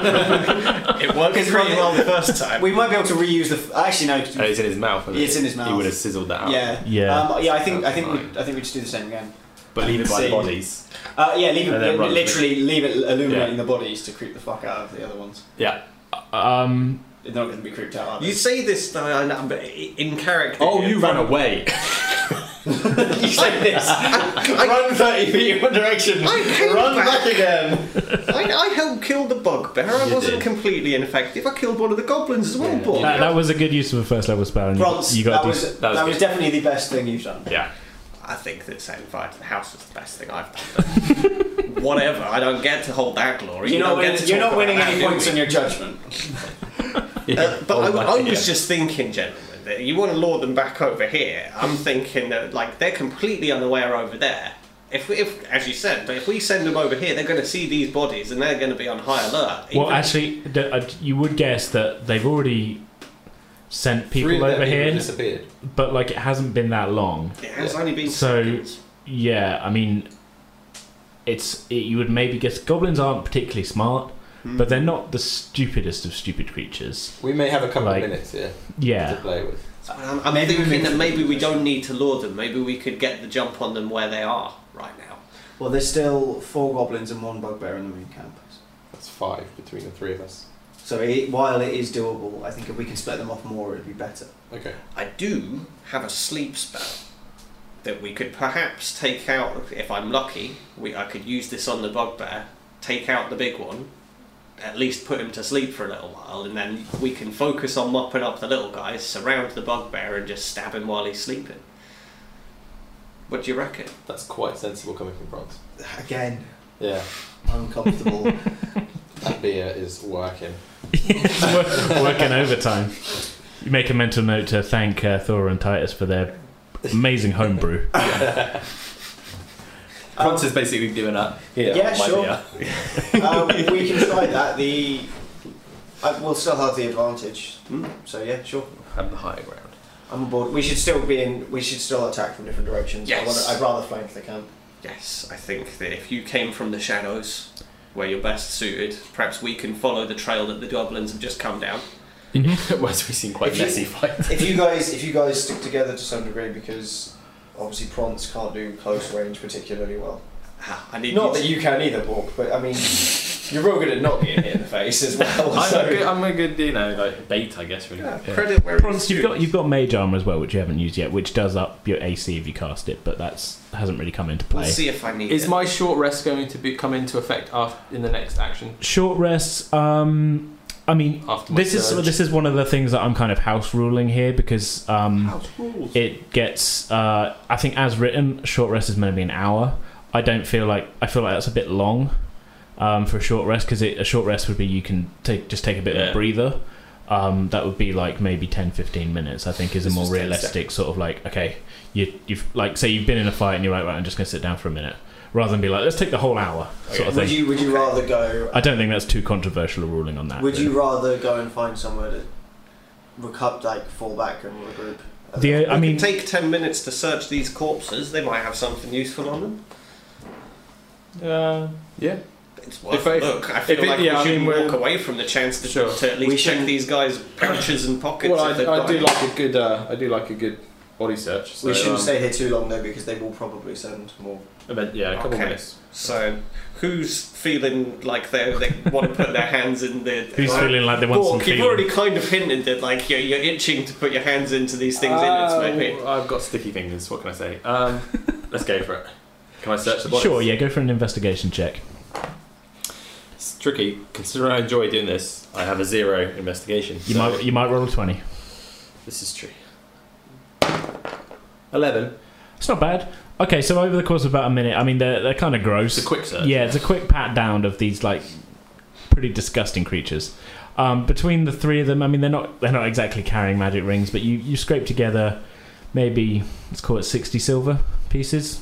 B: It worked
C: It's
B: really
C: really-
B: well the first time.
C: we might be able to reuse the. F- actually, no.
D: Oh, it's in his mouth. isn't
C: It's
D: it?
C: in his mouth.
D: He would have sizzled that out.
C: Yeah.
A: Yeah.
C: Um, yeah. I think. I
D: That's
C: think. We,
D: fine.
C: I think we just do the same again.
D: But leave it by the
C: See.
D: bodies.
C: Uh, yeah. Leave it.
D: And then run
C: literally, leave it illuminating
D: Yeah.
C: the bodies to creep the fuck out of the other ones.
A: um,
C: They're not going to be creeped out. Are they?
B: You say this though, and I'm in character.
D: Oh,
B: here.
D: you ran away.
C: you say this. run thirty feet in one direction.
B: I came
C: Run back.
B: back.
C: again.
B: I, I helped kill the bugbear. I
D: You
B: wasn't
D: did.
B: completely ineffective. I killed one of the goblins as well,
C: Yeah.
B: boy.
A: that, that was a good use of a first level spell. And you-
C: Bronze.
A: you
C: that,
A: got
C: was,
D: That was
C: that was
D: good.
C: definitely the best thing you've done.
D: yeah.
B: I think that setting fire to the house is the best thing I've done. but Whatever. I don't get to hold that glory.
C: You're,
B: You
C: not
B: don't get
C: winning,
B: to
C: you're
B: talk
C: not winning
B: about
C: any
B: that, do
C: points
B: we?
C: on your judgment.
B: Uh, but
D: Oh,
B: I, I
D: lucky,
B: was
D: yeah.
B: just thinking, gentlemen, that you want to lure them back over here. I'm thinking that like they're completely unaware over there. If, we, if as you said, but if we send them over here, they're going to see these bodies and they're going to be on high alert.
A: Well,
B: Even-
A: actually, the, uh, you would guess that they've already sent
D: Three
A: people
D: of their
A: over here,
D: disappeared.
A: but like it hasn't been that long.
B: it has only been
A: So-
B: seconds.
A: Yeah, I mean, it's it, you would maybe guess goblins aren't particularly smart,
D: Hmm.
A: but they're not the stupidest of stupid creatures.
H: We may have a couple
A: Like-
H: of minutes here to
A: Yeah,
H: play with.
B: I'm, I'm
C: Maybe we
B: thinking
C: need
B: that
C: to-
B: maybe we don't need to lure them. Maybe we could get the jump on them where they are right now.
C: Well, there's still four goblins and one bugbear in the main campus.
H: That's five between the three of us.
C: So it, while it is doable, I think if we can split them off more, it'd be better.
H: Okay.
B: I do have a sleep spell that we could perhaps take out if I'm lucky. We, I could use this on the bugbear, take out the big one, at least put him to sleep for a little while, and then we can focus on mopping up the little guys, surround the bugbear, and just stab him while he's sleeping. What do you reckon?
H: That's quite sensible coming from Bronx.
C: Again,
H: Yeah.
C: uncomfortable.
H: That beer is working.
A: It's wor- working overtime. You make a mental note to thank uh, Thor and Titus for their amazing homebrew.
D: Francis is basically given up. Here,
C: Yeah,
D: my
C: sure.
D: beer.
C: um, we can try that. The I, we'll still have the advantage.
B: Hmm?
C: So yeah, sure.
D: I'm the high ground.
C: I'm on board. We should still be in. We should still attack from different directions. I
B: Yes.
C: wanna, I'd rather flank the camp.
B: Yes, I think that if you came from the shadows, where you're best suited, perhaps we can follow the trail that the goblins have just come down.
D: Whereas we've seen quite
C: If you-
D: messy fights.
C: If you guys, if you guys stick together to some degree, because obviously Prance can't do close range particularly well.
B: Ah, I need
C: Not
B: you
C: that you can either, Bork. But I mean, you're real good at not getting hit in the face as well.
D: I'm,
C: so.
D: a good, I'm a good, you know, like bait, I guess, really.
B: Yeah,
D: Yeah.
B: credit where it's
A: Bronze, you've
B: due.
A: got you've got mage armor as well, which you haven't used yet, which does up your AC if you cast it, but that's hasn't really come into
B: We'll
A: play.
B: see if I need
D: Is
B: it.
D: my short rest going to be come into effect after, in the next action?
A: Short rests. Um, I mean,
D: After my
A: this is
D: surge?
A: this is one of the things that I'm kind of house ruling here because um,
D: House rules.
A: it gets. Uh, I think as written, short rest is meant to be an hour. I don't feel like I feel like that's a bit long um, for a short rest because a short rest would be you can take just take a bit of
D: Yeah.
A: a breather. Um, that would be like maybe 10 15 minutes i think is
D: This
A: a more
D: was 10
A: realistic sort of like okay you, you've like say you've been in a fight and you're like right i'm just going to sit down for a minute rather than be like let's take the whole hour sort of thing
C: Would you would you rather go?
A: I don't think that's too controversial a ruling on that.
C: Would
A: really.
C: you rather go and find somewhere to recup, like fall back and regroup?
A: The,
B: I
A: I mean,
B: take ten minutes to search these corpses. They might have something useful on them.
D: Uh, yeah.
B: It's worth
D: If I-
B: a look. I feel
D: if it-
B: like
D: yeah,
B: we
D: I
B: shouldn't
D: mean, we're-
B: walk away from the chance to,
D: Sure.
B: to at
C: We
B: least check
C: shouldn't-
B: these guys' pouches and pockets.
D: Well,
B: if they've
D: I, I
B: got
D: do
B: any.
D: like a good, uh, I do like a good body search. So,
C: we shouldn't
D: um,
C: stay here too long though, because they will probably send more.
D: event- yeah, a couple
B: Okay.
D: minutes.
B: So, who's feeling like they they want to put their hands in the?
A: who's feeling like they want some
B: Bork, you've
A: feeling?
B: already kind of hinted that like you're, you're itching to put your hands into these things
D: Uh,
A: Oh.
B: in maybe.
D: I've got sticky fingers. What can I say? Um, let's go for it. Can I search the body?
A: Sure, yeah, go for an investigation check.
D: It's tricky. Considering I enjoy doing this, I have a zero investigation.
A: You
D: so
A: might you might roll a twenty.
D: This is true. Eleven.
A: It's not bad. Okay, so over the course of about a minute, I mean, they're they're kind of gross.
D: It's a quick search.
A: Yeah, it's a quick pat down of these like pretty disgusting creatures. Um, between the three of them, I mean, they're not they're not exactly carrying magic rings, but you you scrape together maybe let's call it sixty silver pieces.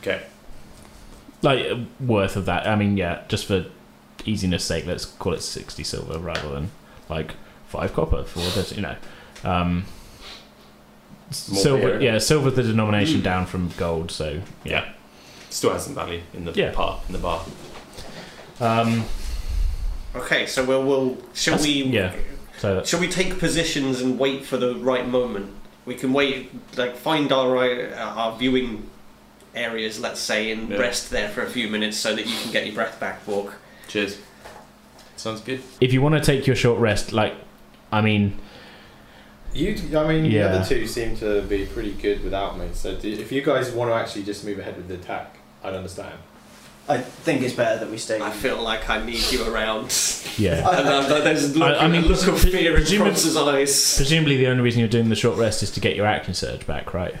D: Okay.
A: Like uh, worth of that. I mean, yeah, just for easiness sake, let's call it 60 silver rather than like five copper for this, you know. Um,
D: More
A: silver,
D: beer.
A: yeah, silver's the denomination down from gold, so yeah.
D: Still has some value in the
A: Yeah.
D: par in the bar.
A: Um,
B: Okay, so we'll, we'll shall
A: That's-
B: we?
A: yeah. so that's,
B: Shall we take positions and wait for the right moment? We can wait, like find our right, our viewing areas, let's say, and
D: Yeah.
B: rest there for a few minutes so that you can get your breath back. Walk.
D: Cheers. Sounds good.
A: if you want to take your short rest, like, I mean,
H: You, I mean,
A: Yeah.
H: the other two seem to be pretty good without me. So do, if you guys want to actually just move ahead with the attack, I'd understand.
C: I think it's better that we stay.
B: I feel like I need you around.
A: yeah.
B: and I'm, like, there's look,
A: I- I mean,
B: a look of
A: pre-
B: fear in
A: presumably-
B: Franz's eyes.
A: Presumably, the only reason you're doing the short rest is to get your action surge back, right?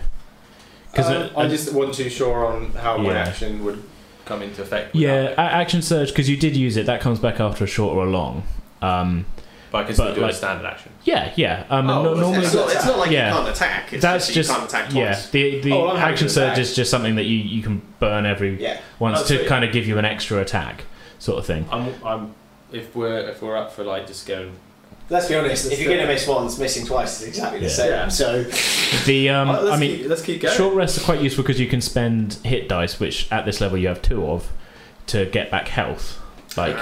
A: Because
H: Um, I just wasn't too sure on how my
A: Yeah.
H: action would come into effect. without
A: yeah, a- action surge because you did use it. That comes back after a short or a long. Um,
D: But I can
A: But,
D: still do
A: like-
D: a standard action.
A: yeah, yeah. Um, and
H: Oh,
A: no-
H: it's
A: normally,
B: It's not, it's not like
A: Yeah.
B: you can't attack. It's
A: that's
B: just,
A: just
B: you can't attack
A: yeah.
B: twice.
A: The the
H: Oh, well, I'm happy
A: action
H: to
A: surge
H: attack.
A: is just something that you you can burn every
H: Yeah.
A: once
H: Oh,
A: to
H: sweet.
A: kind of give you an extra attack sort of thing.
D: I'm, I'm, if we're if we're up for like just going
C: Let's be honest. If you're going to miss once, missing twice is exactly the
A: Yeah.
C: same.
H: Yeah.
C: So
A: The um,
H: Oh, let's
A: I mean,
H: keep, let's keep going.
A: Short rests are quite useful because you can spend hit dice, which at this level you have two of, to get back health. Like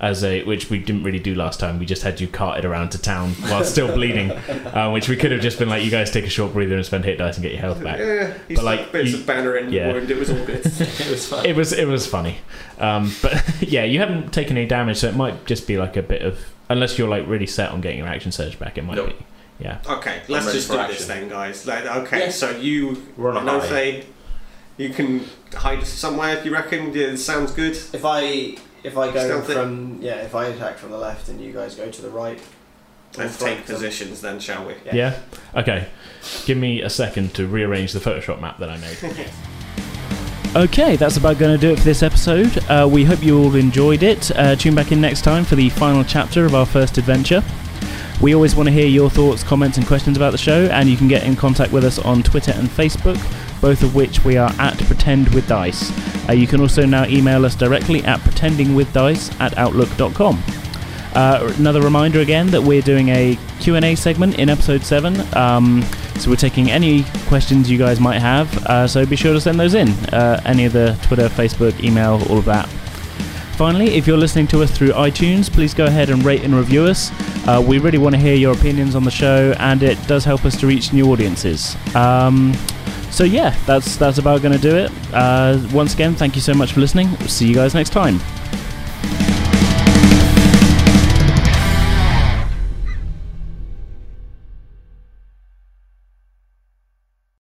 A: as a which we didn't really do last time. We just had you carted around to town while still bleeding, uh, which we could have just been like, you guys take a short breather and spend hit dice and get your health back.
B: Yeah, he's
A: But,
B: like,
A: like,
B: bits
A: you-
B: of banner in
A: yeah.
B: the wound. It was all good.
H: it was fun.
A: It was it was funny, um, but yeah, you haven't taken any damage, so it might just be like a bit of unless you're like really set on getting your action surge back. It might
D: Nope.
A: be yeah.
B: Okay, let's
H: ready
B: just
H: for
B: do
H: action.
B: this then, guys. Like, okay,
H: Yeah.
B: so you,
H: We're on a
B: no
H: high.
B: fade. You can hide somewhere if you reckon. Yeah, it sounds good.
C: if I if I go
B: Stealthy.
C: from yeah, if I attack from the left and you guys go to the right, we'll
B: Let's
C: flank
B: take
C: them.
B: positions then, shall we?
C: Yeah.
A: Yeah? Okay. Give me a second to rearrange the Photoshop map that I made.
I: Okay, that's about going to do it for this episode. Uh, we hope you all enjoyed it. Uh, tune back in next time for the final chapter of our first adventure. We always want to hear your thoughts, comments, and questions about the show, and you can get in contact with us on Twitter and Facebook, both of which we are at Pretend with Dice. Uh, you can also now email us directly at pretendingwithdice at outlook.com. Uh, another reminder again that we're doing a Q&A segment in episode 7. Um, so we're taking any questions you guys might have. Uh, so be sure to send those in. Uh, any of the Twitter, Facebook, email, all of that. Finally, if you're listening to us through iTunes, please go ahead and rate and review us. Uh, we really want to hear your opinions on the show, and it does help us to reach new audiences. Um, so yeah, that's that's about going to do it. Uh, once again, thank you so much for listening. We'll see you guys next time.